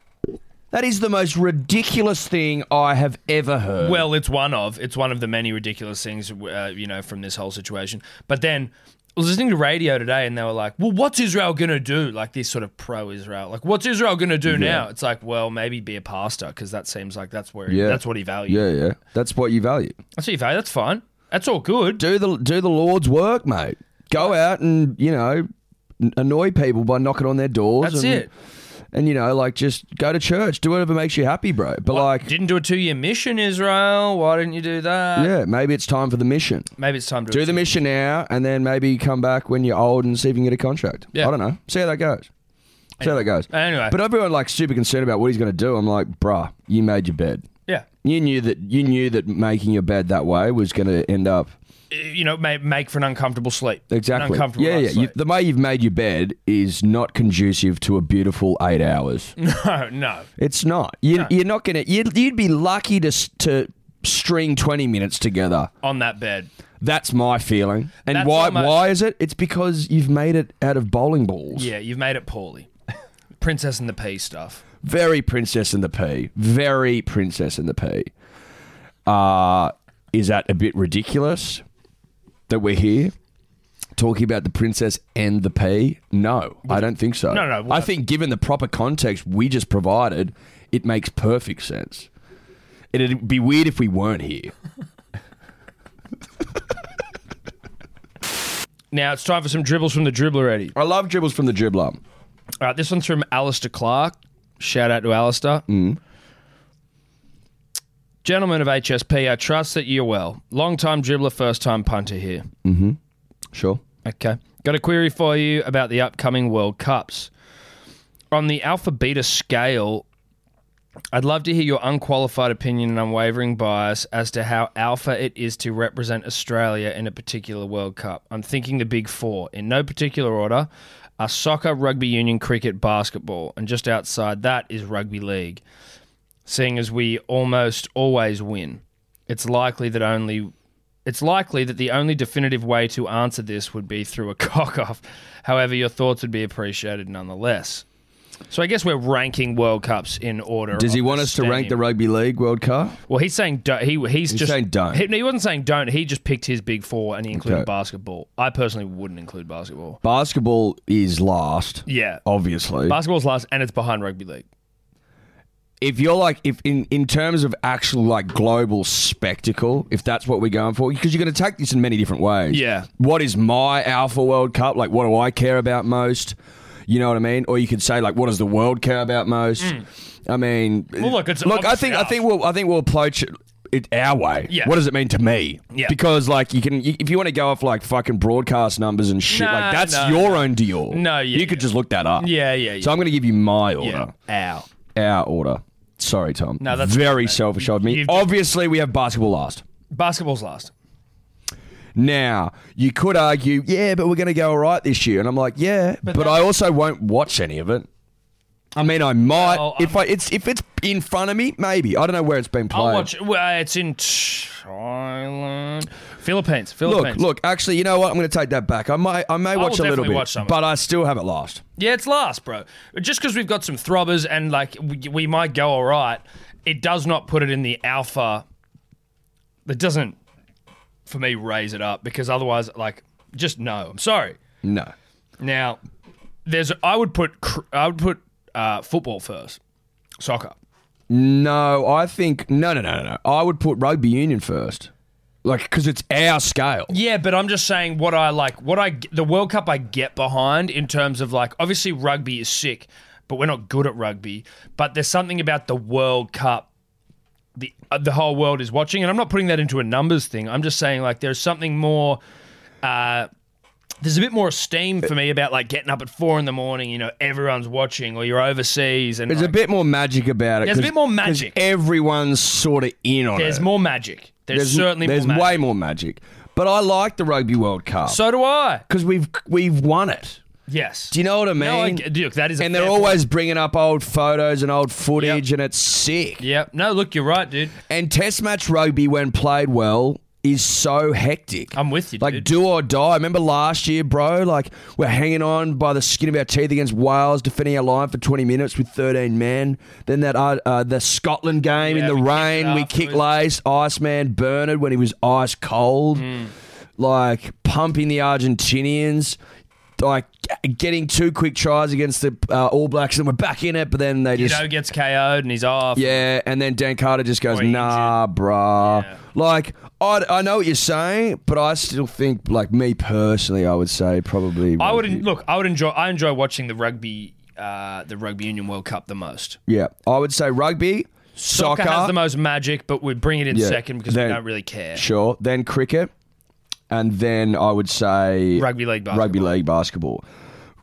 [SPEAKER 3] That is the most ridiculous thing I have ever heard.
[SPEAKER 2] Well, it's one of it's one of the many ridiculous things, uh, you know, from this whole situation. But then I was listening to radio today, and they were like, "Well, what's Israel gonna do?" Like this sort of pro-Israel, like, "What's Israel gonna do now?" It's like, well, maybe be a pastor because that seems like that's where
[SPEAKER 3] Yeah.
[SPEAKER 2] that's what he values.
[SPEAKER 3] yeah, yeah. That's what you value.
[SPEAKER 2] That's what he values. That's fine. That's all good.
[SPEAKER 3] Do the do the Lord's work, mate. Go out and, you know, n- annoy people by knocking on their doors.
[SPEAKER 2] That's
[SPEAKER 3] and,
[SPEAKER 2] it.
[SPEAKER 3] And you know, like just go to church. Do whatever makes you happy, bro. But like
[SPEAKER 2] Didn't do a two-year mission, Israel. Why didn't you do that?
[SPEAKER 3] yeah, maybe it's time for the mission.
[SPEAKER 2] Maybe it's time to
[SPEAKER 3] Do the mission now, and then maybe come back when you're old and see if you can get a contract.
[SPEAKER 2] Yeah.
[SPEAKER 3] I don't know. See how that goes. See how that goes.
[SPEAKER 2] Anyway,
[SPEAKER 3] But everyone like super concerned about what he's going to do. I'm like, bruh, you made your bed.
[SPEAKER 2] yeah,
[SPEAKER 3] You knew that you knew that making your bed that way was going to end up
[SPEAKER 2] you know, make, make for an uncomfortable sleep. An
[SPEAKER 3] exactly.
[SPEAKER 2] uncomfortable
[SPEAKER 3] Yeah, yeah.
[SPEAKER 2] night's
[SPEAKER 3] You,
[SPEAKER 2] sleep.
[SPEAKER 3] the way you've made your bed is not conducive to a beautiful eight hours.
[SPEAKER 2] no, no.
[SPEAKER 3] It's not. You, You're not going to. You'd, you'd be lucky to s- to string 20 minutes together.
[SPEAKER 2] On that bed.
[SPEAKER 3] That's my feeling. And
[SPEAKER 2] That's
[SPEAKER 3] why?
[SPEAKER 2] almost-
[SPEAKER 3] Why is it? It's because you've made it out of bowling balls.
[SPEAKER 2] Yeah, you've made it poorly. Princess and the Pea stuff.
[SPEAKER 3] very Princess and the Pea, very Princess and the Pea. Uh, is that a bit ridiculous that we're here talking about the Princess and the Pea? No, I don't think so.
[SPEAKER 2] No, no, no.
[SPEAKER 3] I think given the proper context we just provided, it makes perfect sense. It'd be weird if we weren't here.
[SPEAKER 2] Now it's time for some dribbles from the dribbler, Eddie.
[SPEAKER 3] I love dribbles from the dribbler.
[SPEAKER 2] All right, this one's from Alistair Clark. Shout out to Alistair.
[SPEAKER 3] Mm.
[SPEAKER 2] Gentlemen of HSP, I trust that you're well. Long time dribbler, first time punter here.
[SPEAKER 3] Sure.
[SPEAKER 2] Okay. Got a query for you about the upcoming World Cups. On the alpha beta scale, I'd love to hear your unqualified opinion and unwavering bias as to how alpha it is to represent Australia in a particular World Cup. I'm thinking the big four, in no particular order, are soccer, rugby union, cricket, basketball, and just outside that is rugby league. Seeing as we almost always win, it's likely that only it's likely that the only definitive way to answer this would be through a cock off. However, your thoughts would be appreciated nonetheless. So I guess we're ranking World Cups in order.
[SPEAKER 3] Does he
[SPEAKER 2] of
[SPEAKER 3] want us to rank the
[SPEAKER 2] esteem.
[SPEAKER 3] Rugby League World Cup?
[SPEAKER 2] Well, he's saying do he he's, just
[SPEAKER 3] saying don't.
[SPEAKER 2] He, no, he wasn't saying don't. He just picked his big four and he included
[SPEAKER 3] Okay.
[SPEAKER 2] basketball. I personally wouldn't include basketball.
[SPEAKER 3] Basketball is last,
[SPEAKER 2] Yeah,
[SPEAKER 3] obviously.
[SPEAKER 2] basketball's last, and it's behind rugby league.
[SPEAKER 3] if you're like if in in terms of actual like global spectacle if that's what we're going for because you're going to take this in many different ways
[SPEAKER 2] Yeah.
[SPEAKER 3] what is my alpha world cup like what do i care about most you know what i mean or you could say like what does the world care about most i mean
[SPEAKER 2] Hmm. Well, look, it's
[SPEAKER 3] look i
[SPEAKER 2] obviously
[SPEAKER 3] think i
[SPEAKER 2] ours.
[SPEAKER 3] think we'll i think we'll approach it- it our way
[SPEAKER 2] Yeah.
[SPEAKER 3] what does it mean to me
[SPEAKER 2] Yeah.
[SPEAKER 3] because like you can you, if you want to go off like fucking broadcast numbers and shit
[SPEAKER 2] No,
[SPEAKER 3] like that's
[SPEAKER 2] no,
[SPEAKER 3] your own deal
[SPEAKER 2] No, yeah,
[SPEAKER 3] you could
[SPEAKER 2] yeah.
[SPEAKER 3] just look that up
[SPEAKER 2] Yeah, yeah, yeah.
[SPEAKER 3] so i'm going to give you my
[SPEAKER 2] Yeah,
[SPEAKER 3] order
[SPEAKER 2] ow.
[SPEAKER 3] our order Sorry, Tom.
[SPEAKER 2] No, that's fine,
[SPEAKER 3] very
[SPEAKER 2] mate.
[SPEAKER 3] selfish of me.
[SPEAKER 2] You've-
[SPEAKER 3] Obviously, we have basketball last.
[SPEAKER 2] Basketball's last.
[SPEAKER 3] Now, you could argue, yeah, but we're going to go all right this year. And I'm like, yeah, but, I also won't watch any of it. I mean, I might
[SPEAKER 2] Well,
[SPEAKER 3] if I it's if it's in front of me, maybe. I don't know where it's been played.
[SPEAKER 2] I'll watch. Well, it's in Thailand, Philippines.
[SPEAKER 3] Look,
[SPEAKER 2] Philippines.
[SPEAKER 3] look. Actually, you know what? I'm going to take that back. I might, I may watch
[SPEAKER 2] will
[SPEAKER 3] a little
[SPEAKER 2] definitely
[SPEAKER 3] bit,
[SPEAKER 2] watch some of
[SPEAKER 3] but I still have it last.
[SPEAKER 2] Yeah, it's last, bro. Just because we've got some throbbers and like we, we might go all right, it does not put it in the alpha. It doesn't, for me, raise it up because otherwise, like, just no. I'm sorry.
[SPEAKER 3] No,
[SPEAKER 2] Now, there's. I would put. cr- I would put uh, football first. Soccer.
[SPEAKER 3] no. I think no, no, no, no. no. I would put rugby union first, like because it's our scale.
[SPEAKER 2] Yeah, but I'm just saying what I like, what I the World Cup I get behind in terms of like obviously rugby is sick, but we're not good at rugby. But there's something about the World Cup, the uh, the whole world is watching, and I'm not putting that into a numbers thing. I'm just saying like there's something more. Uh, there's a bit more esteem for me about like getting up at four in the morning. You know, everyone's watching, or you're overseas, and
[SPEAKER 3] There's a
[SPEAKER 2] like,
[SPEAKER 3] bit more magic about it.
[SPEAKER 2] There's a
[SPEAKER 3] 'cause-
[SPEAKER 2] bit more
[SPEAKER 3] 'cause
[SPEAKER 2] magic.
[SPEAKER 3] Everyone's sort of in on
[SPEAKER 2] there's
[SPEAKER 3] it.
[SPEAKER 2] more magic. There's, certainly
[SPEAKER 3] there's
[SPEAKER 2] more magic.
[SPEAKER 3] way more magic. But I like the Rugby World Cup
[SPEAKER 2] So do I.
[SPEAKER 3] because we've we've won it.
[SPEAKER 2] Yes.
[SPEAKER 3] Do you know what I mean?
[SPEAKER 2] No, I get- look, that is a
[SPEAKER 3] and they're
[SPEAKER 2] fair point.
[SPEAKER 3] always bringing up old photos and old footage, and it's sick.
[SPEAKER 2] Yep. No, look, you're right, dude.
[SPEAKER 3] And Test match rugby, when played well, is so hectic.
[SPEAKER 2] I'm with you,
[SPEAKER 3] Like
[SPEAKER 2] dude.
[SPEAKER 3] do or die. Remember last year, bro? Like we're hanging on by the skin of our teeth against Wales, defending our line for 20 minutes with 13 men. Then that uh, uh, the Scotland game
[SPEAKER 2] Yeah,
[SPEAKER 3] in the
[SPEAKER 2] we kicked it
[SPEAKER 3] rain, we kick
[SPEAKER 2] afterwards.
[SPEAKER 3] lace. Iceman Bernard when he was ice cold.
[SPEAKER 2] Hmm.
[SPEAKER 3] Like pumping the Argentinians. Like getting two quick tries against the uh, All Blacks, and we're back in it. But then they
[SPEAKER 2] You
[SPEAKER 3] just
[SPEAKER 2] know, gets KO'd and he's off.
[SPEAKER 3] yeah, and then Dan Carter just goes,
[SPEAKER 2] Or injured.
[SPEAKER 3] nah, bruh.
[SPEAKER 2] Yeah.
[SPEAKER 3] Like, I, I know what you're saying, but I still think, like, me personally, I would say probably.
[SPEAKER 2] I would look. I would enjoy. I enjoy watching the rugby, uh, the rugby union World Cup the most.
[SPEAKER 3] Yeah, I would say rugby, soccer,
[SPEAKER 2] has the most magic, but we bring it in
[SPEAKER 3] Yeah.
[SPEAKER 2] second because
[SPEAKER 3] Then-
[SPEAKER 2] we don't really care.
[SPEAKER 3] sure, then cricket, and then I would say
[SPEAKER 2] Rugby league basketball.
[SPEAKER 3] rugby league basketball.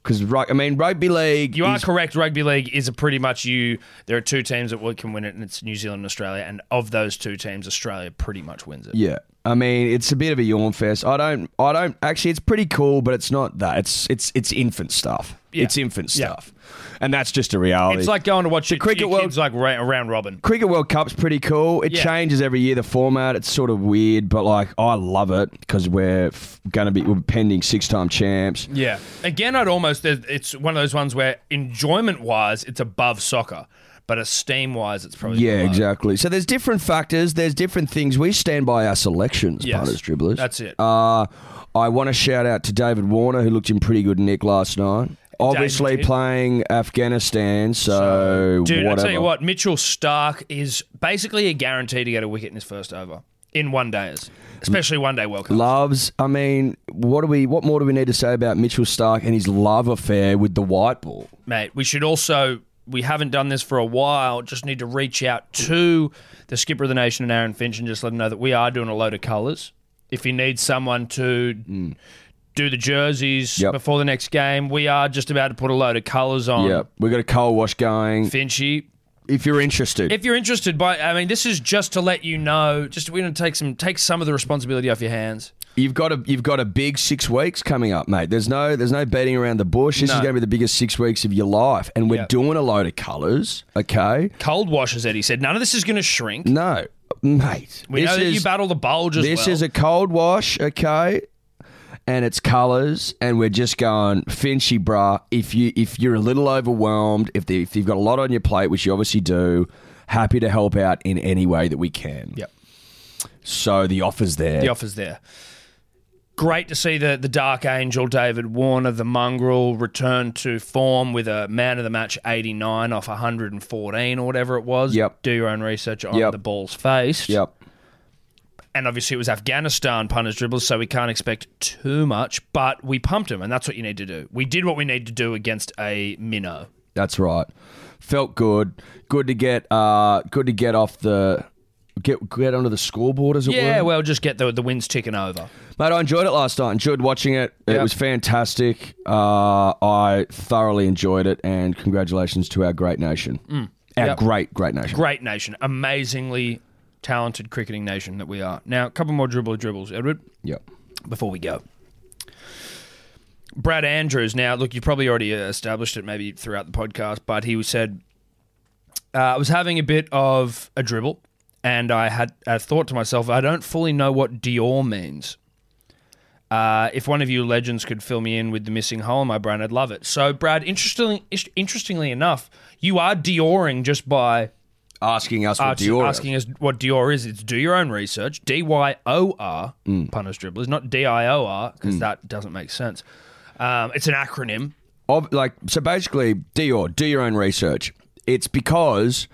[SPEAKER 3] Because, I mean, rugby league.
[SPEAKER 2] You are
[SPEAKER 3] is-
[SPEAKER 2] correct. Rugby league is a pretty much you. There are two teams that will- can win it, and it's New Zealand and Australia. And of those two teams, Australia pretty much wins it.
[SPEAKER 3] Yeah. I mean, it's a bit of a yawn fest. I don't, I don't, actually, it's pretty cool, but it's not that. It's, it's, it's infant stuff.
[SPEAKER 2] Yeah.
[SPEAKER 3] It's infant
[SPEAKER 2] Yeah.
[SPEAKER 3] stuff. And that's just a reality.
[SPEAKER 2] It's like going to watch the your,
[SPEAKER 3] cricket
[SPEAKER 2] your
[SPEAKER 3] world-
[SPEAKER 2] kids like ra- around robin.
[SPEAKER 3] Cricket World Cup's pretty cool. It
[SPEAKER 2] Yeah.
[SPEAKER 3] changes every year, the format. It's sort of weird, but like I love it because we're f- going to be we're pending six time champs.
[SPEAKER 2] Yeah. Again, I'd almost. there's- It's one of those ones where enjoyment wise, it's above soccer, but esteem wise, it's probably
[SPEAKER 3] Yeah,
[SPEAKER 2] below.
[SPEAKER 3] exactly. So there's different factors, there's different things. We stand by our selections,
[SPEAKER 2] Yes.
[SPEAKER 3] punters, dribblers.
[SPEAKER 2] That's it.
[SPEAKER 3] Uh, I want to shout out to David Warner, who looked in pretty good nick last night. Obviously
[SPEAKER 2] did.
[SPEAKER 3] playing Afghanistan, so,
[SPEAKER 2] Dude,
[SPEAKER 3] whatever.
[SPEAKER 2] I tell you what, Mitchell Stark is basically a guarantee to get a wicket in his first over in one days, especially one day World Cup.
[SPEAKER 3] Loves. I mean, what do we? What more do we need to say about Mitchell Stark and his love affair with the white ball?
[SPEAKER 2] Mate, we should also we haven't done this for a while. Just need to reach out to the skipper of the nation and Aaron Finch and just let him know that we are doing a load of colours. If you need someone to do the jerseys
[SPEAKER 3] Mm. Yep.
[SPEAKER 2] before the next game, we are just about to put a load of colours on.
[SPEAKER 3] Yeah, we got a coal wash going.
[SPEAKER 2] Finchy,
[SPEAKER 3] If you're interested,
[SPEAKER 2] if you're interested, by I mean, this is just to let you know. Just we're going to take some take some of the responsibility off your hands.
[SPEAKER 3] you've got a you've got a big six weeks coming up, mate. There's no there's no beating around the bush. This
[SPEAKER 2] No.
[SPEAKER 3] is going to be the biggest six weeks of your life, and we're
[SPEAKER 2] Yep.
[SPEAKER 3] doing a load of colours. Okay,
[SPEAKER 2] cold wash, as Eddie said. None of this is going to shrink.
[SPEAKER 3] no, mate.
[SPEAKER 2] We
[SPEAKER 3] this
[SPEAKER 2] know that
[SPEAKER 3] is
[SPEAKER 2] you battle the bulge as
[SPEAKER 3] this
[SPEAKER 2] well.
[SPEAKER 3] is a cold wash. Okay. And it's colours, and we're just going Finchy, brah. If you if you're a little overwhelmed, if, the, if you've got a lot on your plate, which you obviously do, happy to help out in any way that we can.
[SPEAKER 2] Yep.
[SPEAKER 3] So the offer's there.
[SPEAKER 2] the offer's there. Great to see the the Dark Angel David Warner, the mongrel, return to form with a man of the match 89 off 114 or whatever it was.
[SPEAKER 3] Yep.
[SPEAKER 2] Do your own research on
[SPEAKER 3] Yep.
[SPEAKER 2] the ball's face.
[SPEAKER 3] Yep.
[SPEAKER 2] And obviously it was Afghanistan punters dribbles, so we can't expect too much, but we pumped him, and that's what you need to do. We did what we need to do against a minnow.
[SPEAKER 3] That's right. Felt good. Good to get. Uh, good to get off the. Get get onto the scoreboard as it
[SPEAKER 2] Yeah,
[SPEAKER 3] were.
[SPEAKER 2] well, just get the the wins ticking over.
[SPEAKER 3] Mate, I enjoyed it last night. Enjoyed watching it. It
[SPEAKER 2] Yep.
[SPEAKER 3] was fantastic. Uh, I thoroughly enjoyed it, and congratulations to our great nation. Our
[SPEAKER 2] Mm. Yep.
[SPEAKER 3] great, great nation.
[SPEAKER 2] Great nation. Amazingly talented cricketing nation that we are. Now, a couple more dribbler dribbles, Edward,
[SPEAKER 3] Yep.
[SPEAKER 2] before we go. Brad Andrews. Now, look, you've probably already uh, established it maybe throughout the podcast, but he said, uh, I was having a bit of a dribble and I had I thought to myself, I don't fully know what Dior means. Uh, if one of you legends could fill me in with the missing hole in my brain, I'd love it. So, Brad, interestingly, interestingly enough, you are Dioring just by
[SPEAKER 3] Asking us what
[SPEAKER 2] Archie
[SPEAKER 3] Dior is.
[SPEAKER 2] asking us what Dior is. It's do your own research. D Y O R,
[SPEAKER 3] Mm.
[SPEAKER 2] punters dribblers, not D I O R, because that doesn't make sense. Um, it's an acronym.
[SPEAKER 3] of like so basically Dior, do your own research. It's because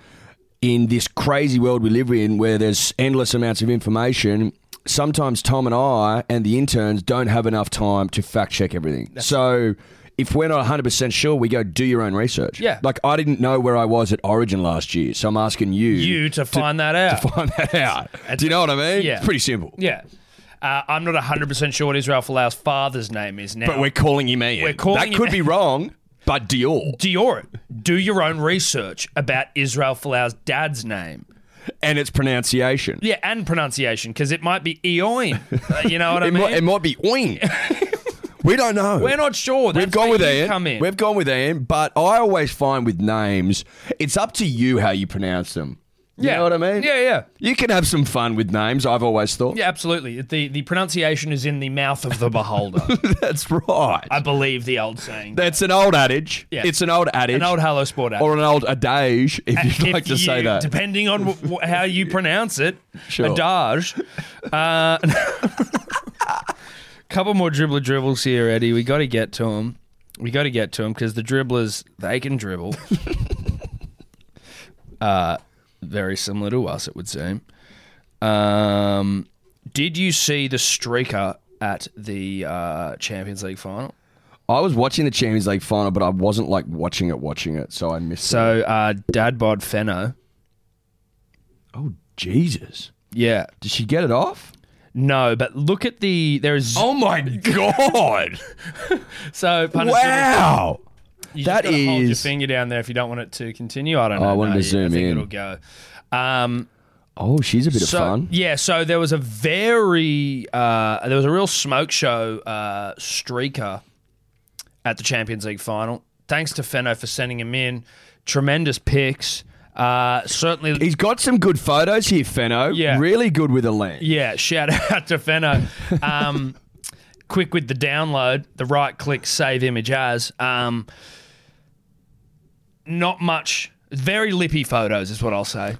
[SPEAKER 3] in this crazy world we live in where there's endless amounts of information, sometimes Tom and I and the interns don't have enough time to fact check everything. so if we're not 100% sure, we go do your own research.
[SPEAKER 2] Yeah.
[SPEAKER 3] Like I didn't know where I was at Origin last year, so I'm asking you
[SPEAKER 2] You to find that out.
[SPEAKER 3] find that out. Do you know what I mean?
[SPEAKER 2] Yeah.
[SPEAKER 3] It's pretty simple.
[SPEAKER 2] yeah. Uh, I'm not 100% sure what Israel Folau's father's name is now.
[SPEAKER 3] But we're calling him Ian.
[SPEAKER 2] We're calling
[SPEAKER 3] that
[SPEAKER 2] him
[SPEAKER 3] could
[SPEAKER 2] Ian.
[SPEAKER 3] be wrong, but Dior.
[SPEAKER 2] Dior, do your own research about Israel Folau's dad's name.
[SPEAKER 3] And its pronunciation.
[SPEAKER 2] Yeah, and pronunciation, because it might be Eoin. Uh, you know what I
[SPEAKER 3] It,
[SPEAKER 2] mean?
[SPEAKER 3] might, it might be Oing. we don't know.
[SPEAKER 2] We're not sure. That's
[SPEAKER 3] We've gone
[SPEAKER 2] where
[SPEAKER 3] with
[SPEAKER 2] you
[SPEAKER 3] Ian.
[SPEAKER 2] Come in.
[SPEAKER 3] We've gone with Ian, but I always find with names, it's up to you how you pronounce them. You
[SPEAKER 2] Yeah.
[SPEAKER 3] know what I mean?
[SPEAKER 2] Yeah, yeah.
[SPEAKER 3] You can have some fun with names, I've always thought.
[SPEAKER 2] Yeah, absolutely. The the pronunciation is in the mouth of the beholder.
[SPEAKER 3] That's right.
[SPEAKER 2] I believe the old saying.
[SPEAKER 3] That's an old adage.
[SPEAKER 2] Yeah.
[SPEAKER 3] It's an old adage.
[SPEAKER 2] An old Hello Sport app.
[SPEAKER 3] or an old adage, if you'd
[SPEAKER 2] If
[SPEAKER 3] like to
[SPEAKER 2] you-
[SPEAKER 3] say that.
[SPEAKER 2] Depending on w- w- how you pronounce it,
[SPEAKER 3] Sure.
[SPEAKER 2] adage. Uh, couple more dribbler dribbles here, Eddie. We got to get to them. We got to get to them because the dribblers, they can dribble. uh, very similar to us, it would seem. Um, did you see the streaker at the uh, Champions League final?
[SPEAKER 3] I was watching the Champions League final, but I wasn't like watching it, watching it, so I missed it.
[SPEAKER 2] So, uh, Dad bod Feno.
[SPEAKER 3] Oh, Jesus.
[SPEAKER 2] Yeah.
[SPEAKER 3] Did she get it off?
[SPEAKER 2] No, but look at the there is
[SPEAKER 3] Oh, my God.
[SPEAKER 2] so punish-
[SPEAKER 3] wow.
[SPEAKER 2] You
[SPEAKER 3] that
[SPEAKER 2] just gotta hold your
[SPEAKER 3] is- Oh,
[SPEAKER 2] finger down there if you don't want it to continue. I don't know.
[SPEAKER 3] I wanted
[SPEAKER 2] No,
[SPEAKER 3] to zoom
[SPEAKER 2] I think
[SPEAKER 3] in.
[SPEAKER 2] It'll go. Um,
[SPEAKER 3] Oh, she's a bit
[SPEAKER 2] so
[SPEAKER 3] of fun.
[SPEAKER 2] yeah, so there was a very uh, there was a real smoke show uh, streaker at the Champions League final. Thanks to Feno for sending him in. Tremendous picks. Uh, certainly
[SPEAKER 3] He's got some good photos here, Feno.
[SPEAKER 2] Yeah.
[SPEAKER 3] Really good with a lens.
[SPEAKER 2] Yeah, shout out to Fenno. Um, quick with the download, the right click, save image as. Um, not much, very lippy photos is what I'll say.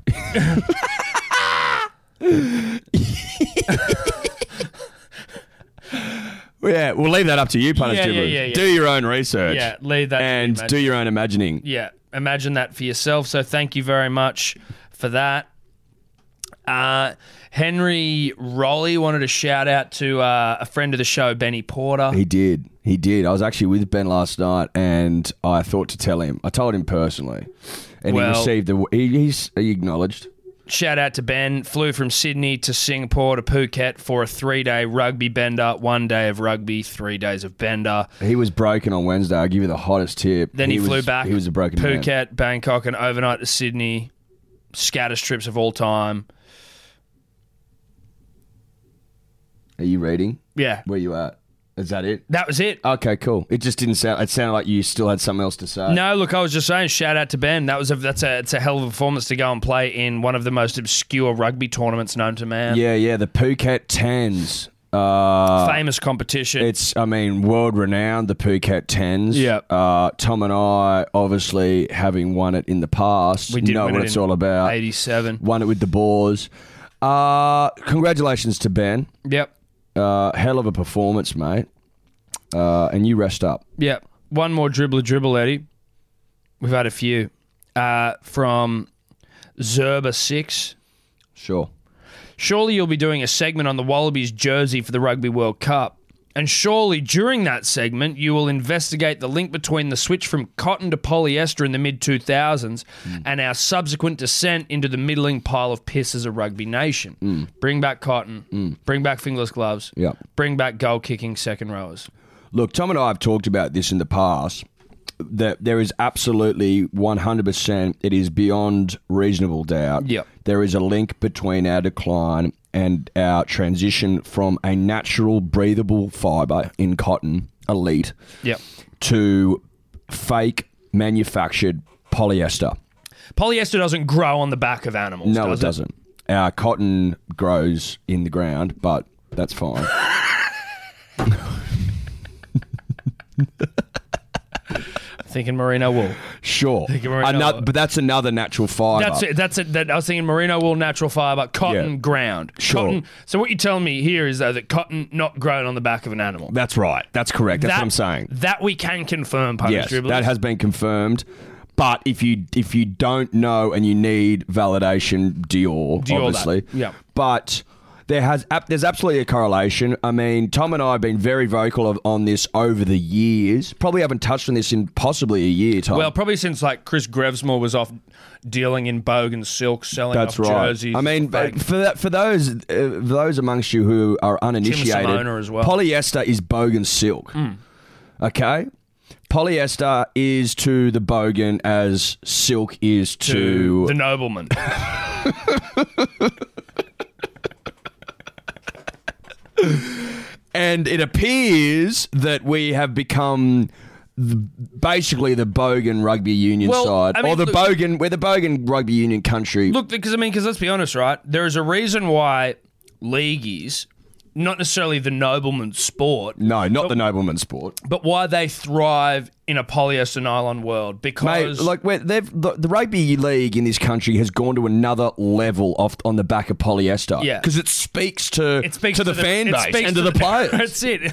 [SPEAKER 3] Yeah, we'll leave that up to you, Punish
[SPEAKER 2] Yeah, yeah,
[SPEAKER 3] Gibberish.
[SPEAKER 2] yeah, yeah.
[SPEAKER 3] Do your own research.
[SPEAKER 2] Yeah, leave that. to
[SPEAKER 3] And
[SPEAKER 2] me, mate.
[SPEAKER 3] do your own imagining.
[SPEAKER 2] yeah, imagine that for yourself. So thank you very much for that. Uh, Henry Rowley wanted to shout out to uh, a friend of the show, Benny Porter.
[SPEAKER 3] He did. He did. I was actually with Ben last night, and I thought to tell him. I told him personally, and
[SPEAKER 2] Well-
[SPEAKER 3] he received the. He, he's he acknowledged.
[SPEAKER 2] Shout out to Ben. Flew from Sydney to Singapore to Phuket for a three day rugby bender. One day of rugby, three days of bender.
[SPEAKER 3] He was broken on Wednesday. I'll give you the hottest tip.
[SPEAKER 2] Then he,
[SPEAKER 3] was-
[SPEAKER 2] flew back.
[SPEAKER 3] He was a broken man.
[SPEAKER 2] Phuket, Bangkok, and overnight to Sydney. Scatters trips of all time.
[SPEAKER 3] Are you reading?
[SPEAKER 2] Yeah.
[SPEAKER 3] Where you at? Is that it?
[SPEAKER 2] That was it.
[SPEAKER 3] Okay, cool. It just didn't sound. It sounded like you still had something else to say.
[SPEAKER 2] No, look, I was just saying, shout out to Ben. That was a that's a it's a hell of a performance to go and play in one of the most obscure rugby tournaments known to man.
[SPEAKER 3] Yeah, yeah. The Phuket Tens. Uh,
[SPEAKER 2] Famous competition.
[SPEAKER 3] It's, I mean, world renowned, the Phuket Tens.
[SPEAKER 2] Yeah.
[SPEAKER 3] Uh, Tom and I, obviously, having won it in the past,
[SPEAKER 2] We did
[SPEAKER 3] know
[SPEAKER 2] win
[SPEAKER 3] what
[SPEAKER 2] it
[SPEAKER 3] it's
[SPEAKER 2] in
[SPEAKER 3] all about.
[SPEAKER 2] eighty seven.
[SPEAKER 3] Won it with the Boers. Uh, congratulations to Ben.
[SPEAKER 2] Yep.
[SPEAKER 3] Uh, hell of a performance, mate. Uh, and you rest up.
[SPEAKER 2] Yeah. One more dribbler dribble, Eddie. We've had a few. Uh, from Zerba6.
[SPEAKER 3] Sure.
[SPEAKER 2] Surely you'll be doing a segment on the Wallabies jersey for the Rugby World Cup. And surely during that segment, you will investigate the link between the switch from cotton to polyester in the mid 2000s and our subsequent descent into the middling pile of piss as a rugby nation. Bring back cotton, bring back fingerless gloves,
[SPEAKER 3] Yeah.
[SPEAKER 2] bring back goal kicking second rowers.
[SPEAKER 3] Look, Tom and I have talked about this in the past, that there is absolutely 100%, it is beyond reasonable doubt.
[SPEAKER 2] Yep.
[SPEAKER 3] There is a link between our decline and our transition from a natural breathable fiber in cotton, elite,
[SPEAKER 2] Yep.
[SPEAKER 3] to fake manufactured polyester.
[SPEAKER 2] Polyester doesn't grow on the back of animals.
[SPEAKER 3] No,
[SPEAKER 2] does
[SPEAKER 3] it doesn't. Our cotton grows in the ground, but that's fine.
[SPEAKER 2] Thinking merino wool.
[SPEAKER 3] Sure.
[SPEAKER 2] we're in
[SPEAKER 3] Ano-
[SPEAKER 2] a-
[SPEAKER 3] but that's another natural fiber.
[SPEAKER 2] That's it. That's it. That, I was thinking merino wool, natural fiber, cotton
[SPEAKER 3] Yeah.
[SPEAKER 2] ground.
[SPEAKER 3] Sure.
[SPEAKER 2] Cotton, so what you're telling me here is though that cotton not grown on the back of an animal.
[SPEAKER 3] That's right. That's correct. That's
[SPEAKER 2] That-
[SPEAKER 3] what I'm saying.
[SPEAKER 2] That we can confirm, Punish
[SPEAKER 3] Yes,
[SPEAKER 2] Dribblers.
[SPEAKER 3] that has been confirmed. But if you if you don't know and you need validation, Dior,
[SPEAKER 2] Dior
[SPEAKER 3] obviously.
[SPEAKER 2] that, yeah.
[SPEAKER 3] But there has ab- there's absolutely a correlation. I mean, Tom and I have been very vocal of, on this over the years. Probably haven't touched on this in possibly a year, Tom.
[SPEAKER 2] well, probably since like Chris Grevesmore was off dealing in bogan silk, selling
[SPEAKER 3] That's
[SPEAKER 2] off
[SPEAKER 3] right.
[SPEAKER 2] jerseys.
[SPEAKER 3] I mean,
[SPEAKER 2] fake-
[SPEAKER 3] but for that, for those uh, for those amongst you who are uninitiated,
[SPEAKER 2] Simona as well. Hmm.
[SPEAKER 3] polyester is bogan silk. Okay, polyester is to the bogan as silk is to,
[SPEAKER 2] the nobleman.
[SPEAKER 3] and it appears that we have become. th- Basically, the Bogan rugby union
[SPEAKER 2] Well,
[SPEAKER 3] side,
[SPEAKER 2] I mean,
[SPEAKER 3] or the
[SPEAKER 2] look-
[SPEAKER 3] Bogan, we're the Bogan rugby union country.
[SPEAKER 2] Look, because I mean, because let's be honest, right? There is a reason why leagueies, not necessarily the nobleman sport,
[SPEAKER 3] no, not the nobleman sport.
[SPEAKER 2] but why they thrive in a polyester nylon world.
[SPEAKER 3] Mate,
[SPEAKER 2] Because
[SPEAKER 3] like we're, they've the, the rugby league in this country has gone to another level off on the back of polyester.
[SPEAKER 2] Yeah.
[SPEAKER 3] because it speaks to
[SPEAKER 2] it speaks
[SPEAKER 3] to, the, fan
[SPEAKER 2] it
[SPEAKER 3] base
[SPEAKER 2] speaks
[SPEAKER 3] and to the, players.
[SPEAKER 2] That's it.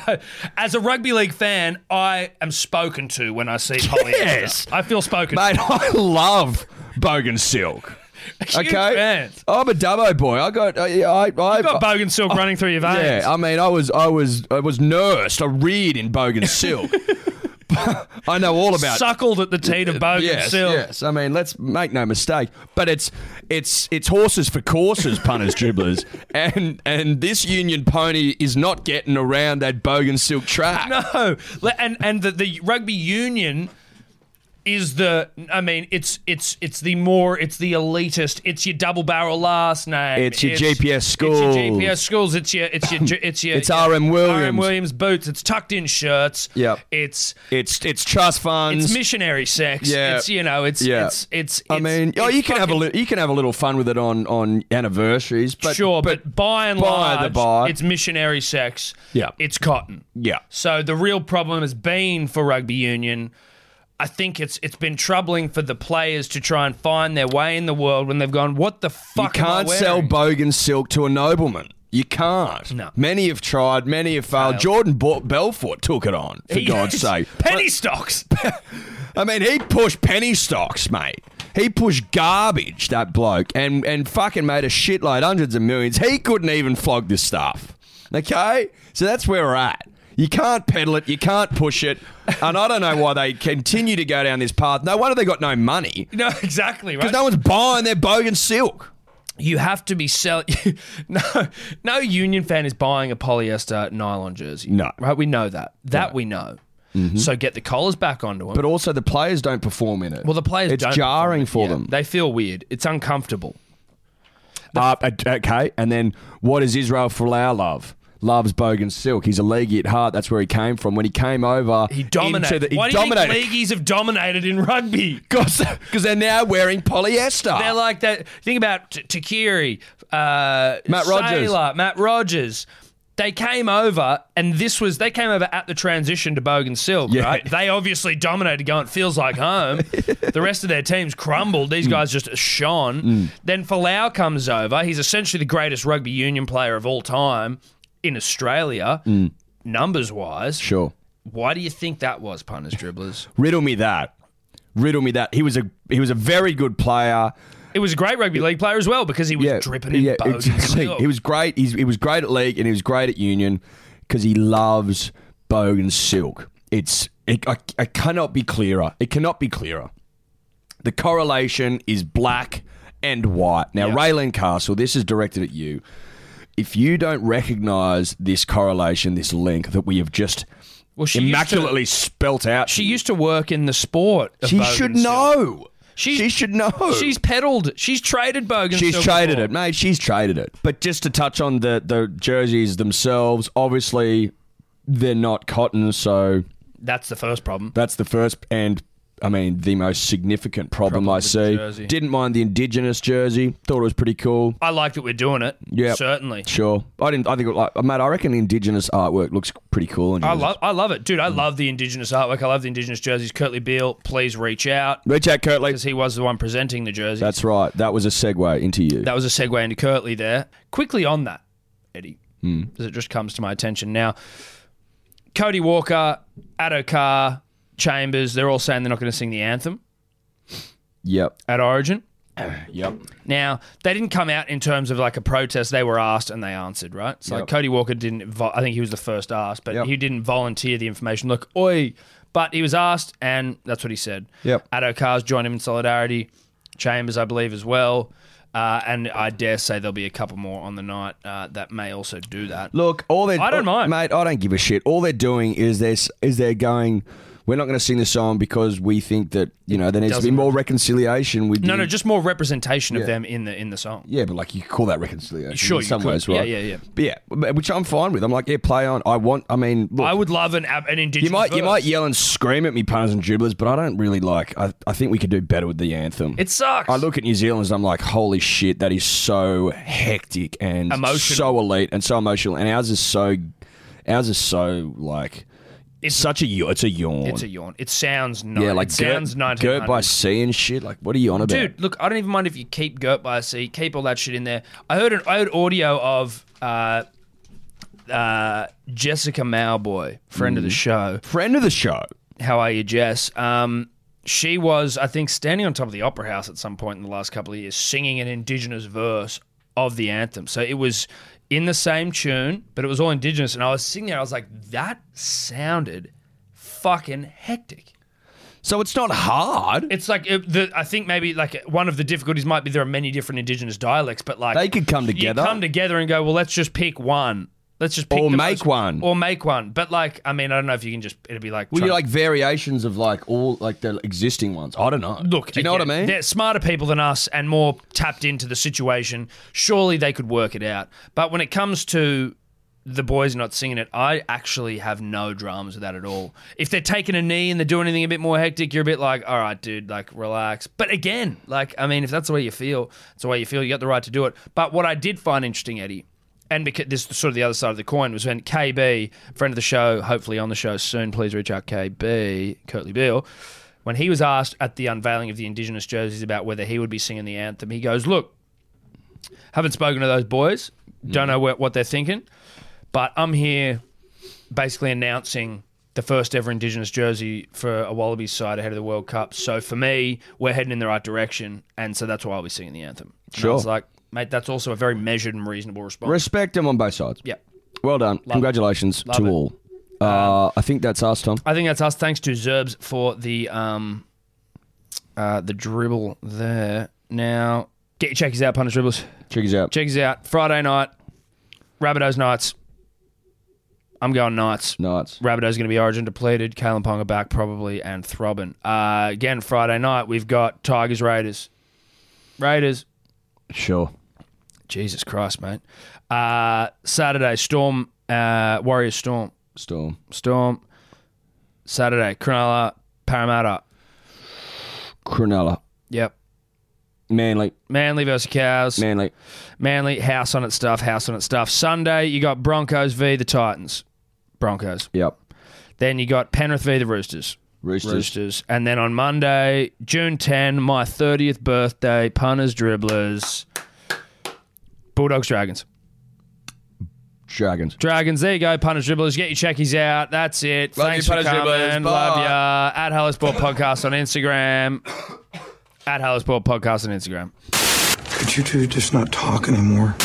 [SPEAKER 2] As a rugby league fan, I am spoken to when I see polyester.
[SPEAKER 3] Yes.
[SPEAKER 2] I feel spoken. to.
[SPEAKER 3] Mate, I love Bogan silk.
[SPEAKER 2] Huge
[SPEAKER 3] Okay,
[SPEAKER 2] fan.
[SPEAKER 3] I'm a Dubbo boy. I got I I, I
[SPEAKER 2] You've got bogan silk running through your veins.
[SPEAKER 3] Uh, yeah. I mean, I was I was I was nursed. I reared in Bogan silk. I know all about
[SPEAKER 2] Suckled at the teat of bogan
[SPEAKER 3] Yes,
[SPEAKER 2] silk.
[SPEAKER 3] yes. I mean, let's make no mistake. But it's it's it's horses for courses, punters, dribblers, and and this Union pony is not getting around that bogan silk track.
[SPEAKER 2] No, Le- and and the, the rugby union is the. I mean, it's it's it's the more it's the elitist. It's your double barrel last name.
[SPEAKER 3] It's your GPS
[SPEAKER 2] It's
[SPEAKER 3] schools.
[SPEAKER 2] your GPS schools. It's your it's your ju- it's your
[SPEAKER 3] It's RM Williams.
[SPEAKER 2] RM Williams boots. It's tucked in shirts.
[SPEAKER 3] Yep.
[SPEAKER 2] It's
[SPEAKER 3] It's it's trust funds.
[SPEAKER 2] it's missionary sex.
[SPEAKER 3] Yeah.
[SPEAKER 2] It's you know it's
[SPEAKER 3] Yeah.
[SPEAKER 2] it's it's.
[SPEAKER 3] I
[SPEAKER 2] it's-
[SPEAKER 3] mean, oh,
[SPEAKER 2] it's
[SPEAKER 3] you can have a
[SPEAKER 2] fucking-
[SPEAKER 3] li- you can have a little fun with it on on anniversaries, but
[SPEAKER 2] Sure, but, by and
[SPEAKER 3] by
[SPEAKER 2] large,
[SPEAKER 3] the by-
[SPEAKER 2] it's missionary sex.
[SPEAKER 3] Yeah.
[SPEAKER 2] it's cotton.
[SPEAKER 3] yeah,
[SPEAKER 2] So the real problem has been for rugby union. I think it's it's been troubling for the players to try and find their way in the world when they've gone. What the
[SPEAKER 3] you
[SPEAKER 2] fuck? am I
[SPEAKER 3] can't sell
[SPEAKER 2] wearing?"
[SPEAKER 3] bogan silk to a nobleman. You can't.
[SPEAKER 2] No.
[SPEAKER 3] Many have tried. Many have failed. Jordan bought Belfort took it on for
[SPEAKER 2] He-
[SPEAKER 3] God's sake.
[SPEAKER 2] penny stocks.
[SPEAKER 3] I mean, he pushed penny stocks, mate. He pushed garbage, that bloke, and and fucking made a shitload, hundreds of millions. He couldn't even flog this stuff. Okay, so that's where we're at. You can't peddle it, you can't push it, and I don't know why they continue to go down this path. No wonder they got no money
[SPEAKER 2] no, exactly right.
[SPEAKER 3] because no one's buying their bogan silk.
[SPEAKER 2] you have to be sell. no, no union fan is buying a polyester nylon jersey.
[SPEAKER 3] No. Mm-hmm.
[SPEAKER 2] right? We know that. That we know. So get the collars back onto them.
[SPEAKER 3] But also, the players don't perform in it.
[SPEAKER 2] well, the players
[SPEAKER 3] it's
[SPEAKER 2] don't
[SPEAKER 3] jarring for
[SPEAKER 2] Yeah,
[SPEAKER 3] them.
[SPEAKER 2] They feel weird. It's uncomfortable.
[SPEAKER 3] Uh, okay, and then what does Israel Folau love? Loves Bogan Silk. He's a leaguey at heart. That's where he came from. When he came over,
[SPEAKER 2] He dominated.
[SPEAKER 3] into The, he
[SPEAKER 2] Why
[SPEAKER 3] dominated.
[SPEAKER 2] do you think leagueies have dominated in rugby?
[SPEAKER 3] Because they're now wearing polyester.
[SPEAKER 2] They're like that. Think about T- Takiri, uh,
[SPEAKER 3] Matt Rogers.
[SPEAKER 2] Saylor, Matt Rogers. They came over, and this was they came over at the transition to Bogan Silk,
[SPEAKER 3] Yeah.
[SPEAKER 2] right? They obviously dominated, going feels like home. the rest of their teams crumbled.
[SPEAKER 3] Mm.
[SPEAKER 2] These guys just shone. Then Falau comes over. He's essentially the greatest rugby union player of all time in Australia, numbers wise.
[SPEAKER 3] Mm. sure.
[SPEAKER 2] Why do you think that was, punters, dribblers?
[SPEAKER 3] Riddle me that. Riddle me that. He was a he was a very good player.
[SPEAKER 2] It was a great rugby league player as well because he was dripping in
[SPEAKER 3] yeah,
[SPEAKER 2] Bogan
[SPEAKER 3] exactly.
[SPEAKER 2] Silk.
[SPEAKER 3] He was great. He's, he was great at league and he was great at union because he loves Bogan Silk. It's it, I, I cannot be clearer. It cannot be clearer. The correlation is black and white. Now, Ray Lancaster, this is directed at you. If you don't recognise this correlation, this link that we have just
[SPEAKER 2] Well, she
[SPEAKER 3] immaculately spelt out.
[SPEAKER 2] Used to, she used to work in the sport. of
[SPEAKER 3] She
[SPEAKER 2] Bogan
[SPEAKER 3] should
[SPEAKER 2] Silk.
[SPEAKER 3] know.
[SPEAKER 2] She's-
[SPEAKER 3] she should know.
[SPEAKER 2] She's peddled. She's traded Bogan.
[SPEAKER 3] She's
[SPEAKER 2] Silk
[SPEAKER 3] traded
[SPEAKER 2] before.
[SPEAKER 3] it, mate. She's traded it. But just to touch on the the jerseys themselves, obviously they're not cotton, so
[SPEAKER 2] That's the first problem.
[SPEAKER 3] that's the first and I mean the most significant problem, I
[SPEAKER 2] with the
[SPEAKER 3] see.
[SPEAKER 2] jersey.
[SPEAKER 3] Didn't mind the indigenous jersey. Thought it was pretty cool.
[SPEAKER 2] I like that we're doing it.
[SPEAKER 3] Yeah.
[SPEAKER 2] certainly.
[SPEAKER 3] Sure. I didn't. I think it like mate. I reckon indigenous artwork looks pretty cool. on
[SPEAKER 2] I
[SPEAKER 3] jerseys.
[SPEAKER 2] love, I love it, dude. I love the indigenous artwork. I love the indigenous jerseys. Curtly Beale, please reach out
[SPEAKER 3] Reach out, Curtly.
[SPEAKER 2] because he was the one presenting the jersey.
[SPEAKER 3] That's right. That was a segue into you.
[SPEAKER 2] That was a segue into Curtly there. Quickly on that, Eddie,
[SPEAKER 3] Hmm.
[SPEAKER 2] as it just comes to my attention now. Cody Walker, Adokar, Chambers, they're all saying they're not going to sing the anthem
[SPEAKER 3] yep.
[SPEAKER 2] at Origin.
[SPEAKER 3] Yep.
[SPEAKER 2] Now, they didn't come out in terms of like a protest. They were asked and they answered, right? So like
[SPEAKER 3] Yep.
[SPEAKER 2] Cody Walker didn't, vo- I think he was the first asked, but
[SPEAKER 3] Yep.
[SPEAKER 2] he didn't volunteer the information. Look, oi. But he was asked and that's what he said.
[SPEAKER 3] Yep.
[SPEAKER 2] Adokar's joined him in solidarity. Chambers, I believe, as well. Uh, and I dare say there'll be a couple more on the night uh, that may also do that.
[SPEAKER 3] Look, all they
[SPEAKER 2] I don't mind.
[SPEAKER 3] mate. I don't give a shit. All they're doing is they're s- is they're going. We're not going to sing the song because we think that you know there needs to be
[SPEAKER 2] doesn't-
[SPEAKER 3] more reconciliation with.
[SPEAKER 2] no,
[SPEAKER 3] the-
[SPEAKER 2] no, just more representation of them in the in the song.
[SPEAKER 3] yeah, but like you could call that reconciliation
[SPEAKER 2] Sure,
[SPEAKER 3] in
[SPEAKER 2] you
[SPEAKER 3] some
[SPEAKER 2] could.
[SPEAKER 3] ways,
[SPEAKER 2] Yeah,
[SPEAKER 3] right?
[SPEAKER 2] yeah, yeah.
[SPEAKER 3] But yeah, but- which I'm fine with. I'm like, yeah, play on. I want. I mean, look,
[SPEAKER 2] I would love an ab- an indigenous.
[SPEAKER 3] you might you
[SPEAKER 2] verse.
[SPEAKER 3] might yell and scream at me, punters and dribblers, but I don't really like. I, I think we could do better with the anthem.
[SPEAKER 2] It sucks.
[SPEAKER 3] I look at New Zealanders, I'm like, holy shit, that is so hectic and
[SPEAKER 2] Emotional.
[SPEAKER 3] so elite and so emotional. And ours is so, ours is so like, it's such a yawn. It's a yawn.
[SPEAKER 2] It's a yawn. It sounds no.
[SPEAKER 3] yeah, like
[SPEAKER 2] it sounds
[SPEAKER 3] Gert,
[SPEAKER 2] 1900.
[SPEAKER 3] Gert by sea and shit. Like, what are you on about?
[SPEAKER 2] Dude, look, I don't even mind if you keep Gert by a sea, keep all that shit in there. I heard an I heard audio of uh, uh, Jessica Mowboy, friend of the show.
[SPEAKER 3] friend of the show.
[SPEAKER 2] How are you, Jess? Um, she was, I think, standing on top of the opera house at some point in the last couple of years, singing an indigenous verse of the anthem. So it was in the same tune, but it was all indigenous. And I was sitting there, I was like, that sounded fucking hectic.
[SPEAKER 3] So it's not hard.
[SPEAKER 2] It's like it, the, I think maybe like one of the difficulties might be there are many different indigenous dialects, but like
[SPEAKER 3] They could come together.
[SPEAKER 2] You come together and go, well, let's just pick one. Let's just pick
[SPEAKER 3] Or
[SPEAKER 2] the
[SPEAKER 3] make
[SPEAKER 2] most-
[SPEAKER 3] one.
[SPEAKER 2] or make one. But like, I mean, I don't know if you can just. It'd be like,
[SPEAKER 3] Well,
[SPEAKER 2] trying-
[SPEAKER 3] you like variations of like all like the existing ones. I don't know.
[SPEAKER 2] look,
[SPEAKER 3] do you know what I
[SPEAKER 2] again,
[SPEAKER 3] mean?
[SPEAKER 2] They're smarter people than us and more tapped into the situation. Surely they could work it out. But when it comes to the boys not singing it, I actually have no dramas with that at all. If they're taking a knee and they're doing anything a bit more hectic, you're a bit like, all right, dude, like relax. But again, like, I mean, if that's the way you feel, it's the way you feel, you got the right to do it. But what I did find interesting, Eddie, and because this is sort of the other side of the coin was when KB, friend of the show, hopefully on the show soon, please reach out KB, Curtly Beale. When he was asked at the unveiling of the Indigenous jerseys about whether he would be singing the anthem, he goes, Look, haven't spoken to those boys, don't know what, what they're thinking, but I'm here basically announcing the first ever Indigenous jersey for a Wallabies side ahead of the World Cup. So for me, we're heading in the right direction, and so that's why I'll be singing the anthem. And I
[SPEAKER 3] Sure.
[SPEAKER 2] was like, Mate, that's also a very measured and reasonable response.
[SPEAKER 3] Respect them on both sides.
[SPEAKER 2] Yeah.
[SPEAKER 3] Well done. Congratulations to
[SPEAKER 2] it.
[SPEAKER 3] all. Uh, I think that's us, Tom.
[SPEAKER 2] I think that's us. Thanks to Zerbs for the um uh the dribble there. Now get your checkies out, punters dribbles.
[SPEAKER 3] Check us out.
[SPEAKER 2] Checkies out. Friday night, Rabbitohs nights. I'm going nights.
[SPEAKER 3] Nights.
[SPEAKER 2] Rabbitohs going to be origin depleted. Kalen Ponga back probably and Throbbin. Uh, again, Friday night, we've got Tigers Raiders. Raiders.
[SPEAKER 3] Sure.
[SPEAKER 2] Jesus Christ, mate. Uh, Saturday, Storm, uh, Warriors Storm.
[SPEAKER 3] Storm.
[SPEAKER 2] Storm. Saturday, Cronulla, Parramatta.
[SPEAKER 3] Cronulla.
[SPEAKER 2] Yep.
[SPEAKER 3] Manly.
[SPEAKER 2] Manly versus Cows.
[SPEAKER 3] Manly.
[SPEAKER 2] Manly, house on its stuff, house on its stuff. Sunday, you got Broncos v. the Titans. Broncos.
[SPEAKER 3] Yep.
[SPEAKER 2] Then you got Penrith v. the Roosters.
[SPEAKER 3] Roosters.
[SPEAKER 2] Roosters. And then on Monday, June 10, my 30th birthday, punters, dribblers, Bulldogs, Dragons.
[SPEAKER 3] Dragons.
[SPEAKER 2] Dragons, there you go, punters, dribblers. Get your checkies out. That's it.
[SPEAKER 3] Love
[SPEAKER 2] Thanks
[SPEAKER 3] you,
[SPEAKER 2] for
[SPEAKER 3] punters,
[SPEAKER 2] coming.
[SPEAKER 3] dribblers. Bye.
[SPEAKER 2] Love ya. At Hallisport Podcast on Instagram. At Hallisport Podcast on Instagram.
[SPEAKER 4] Could you two just not talk anymore?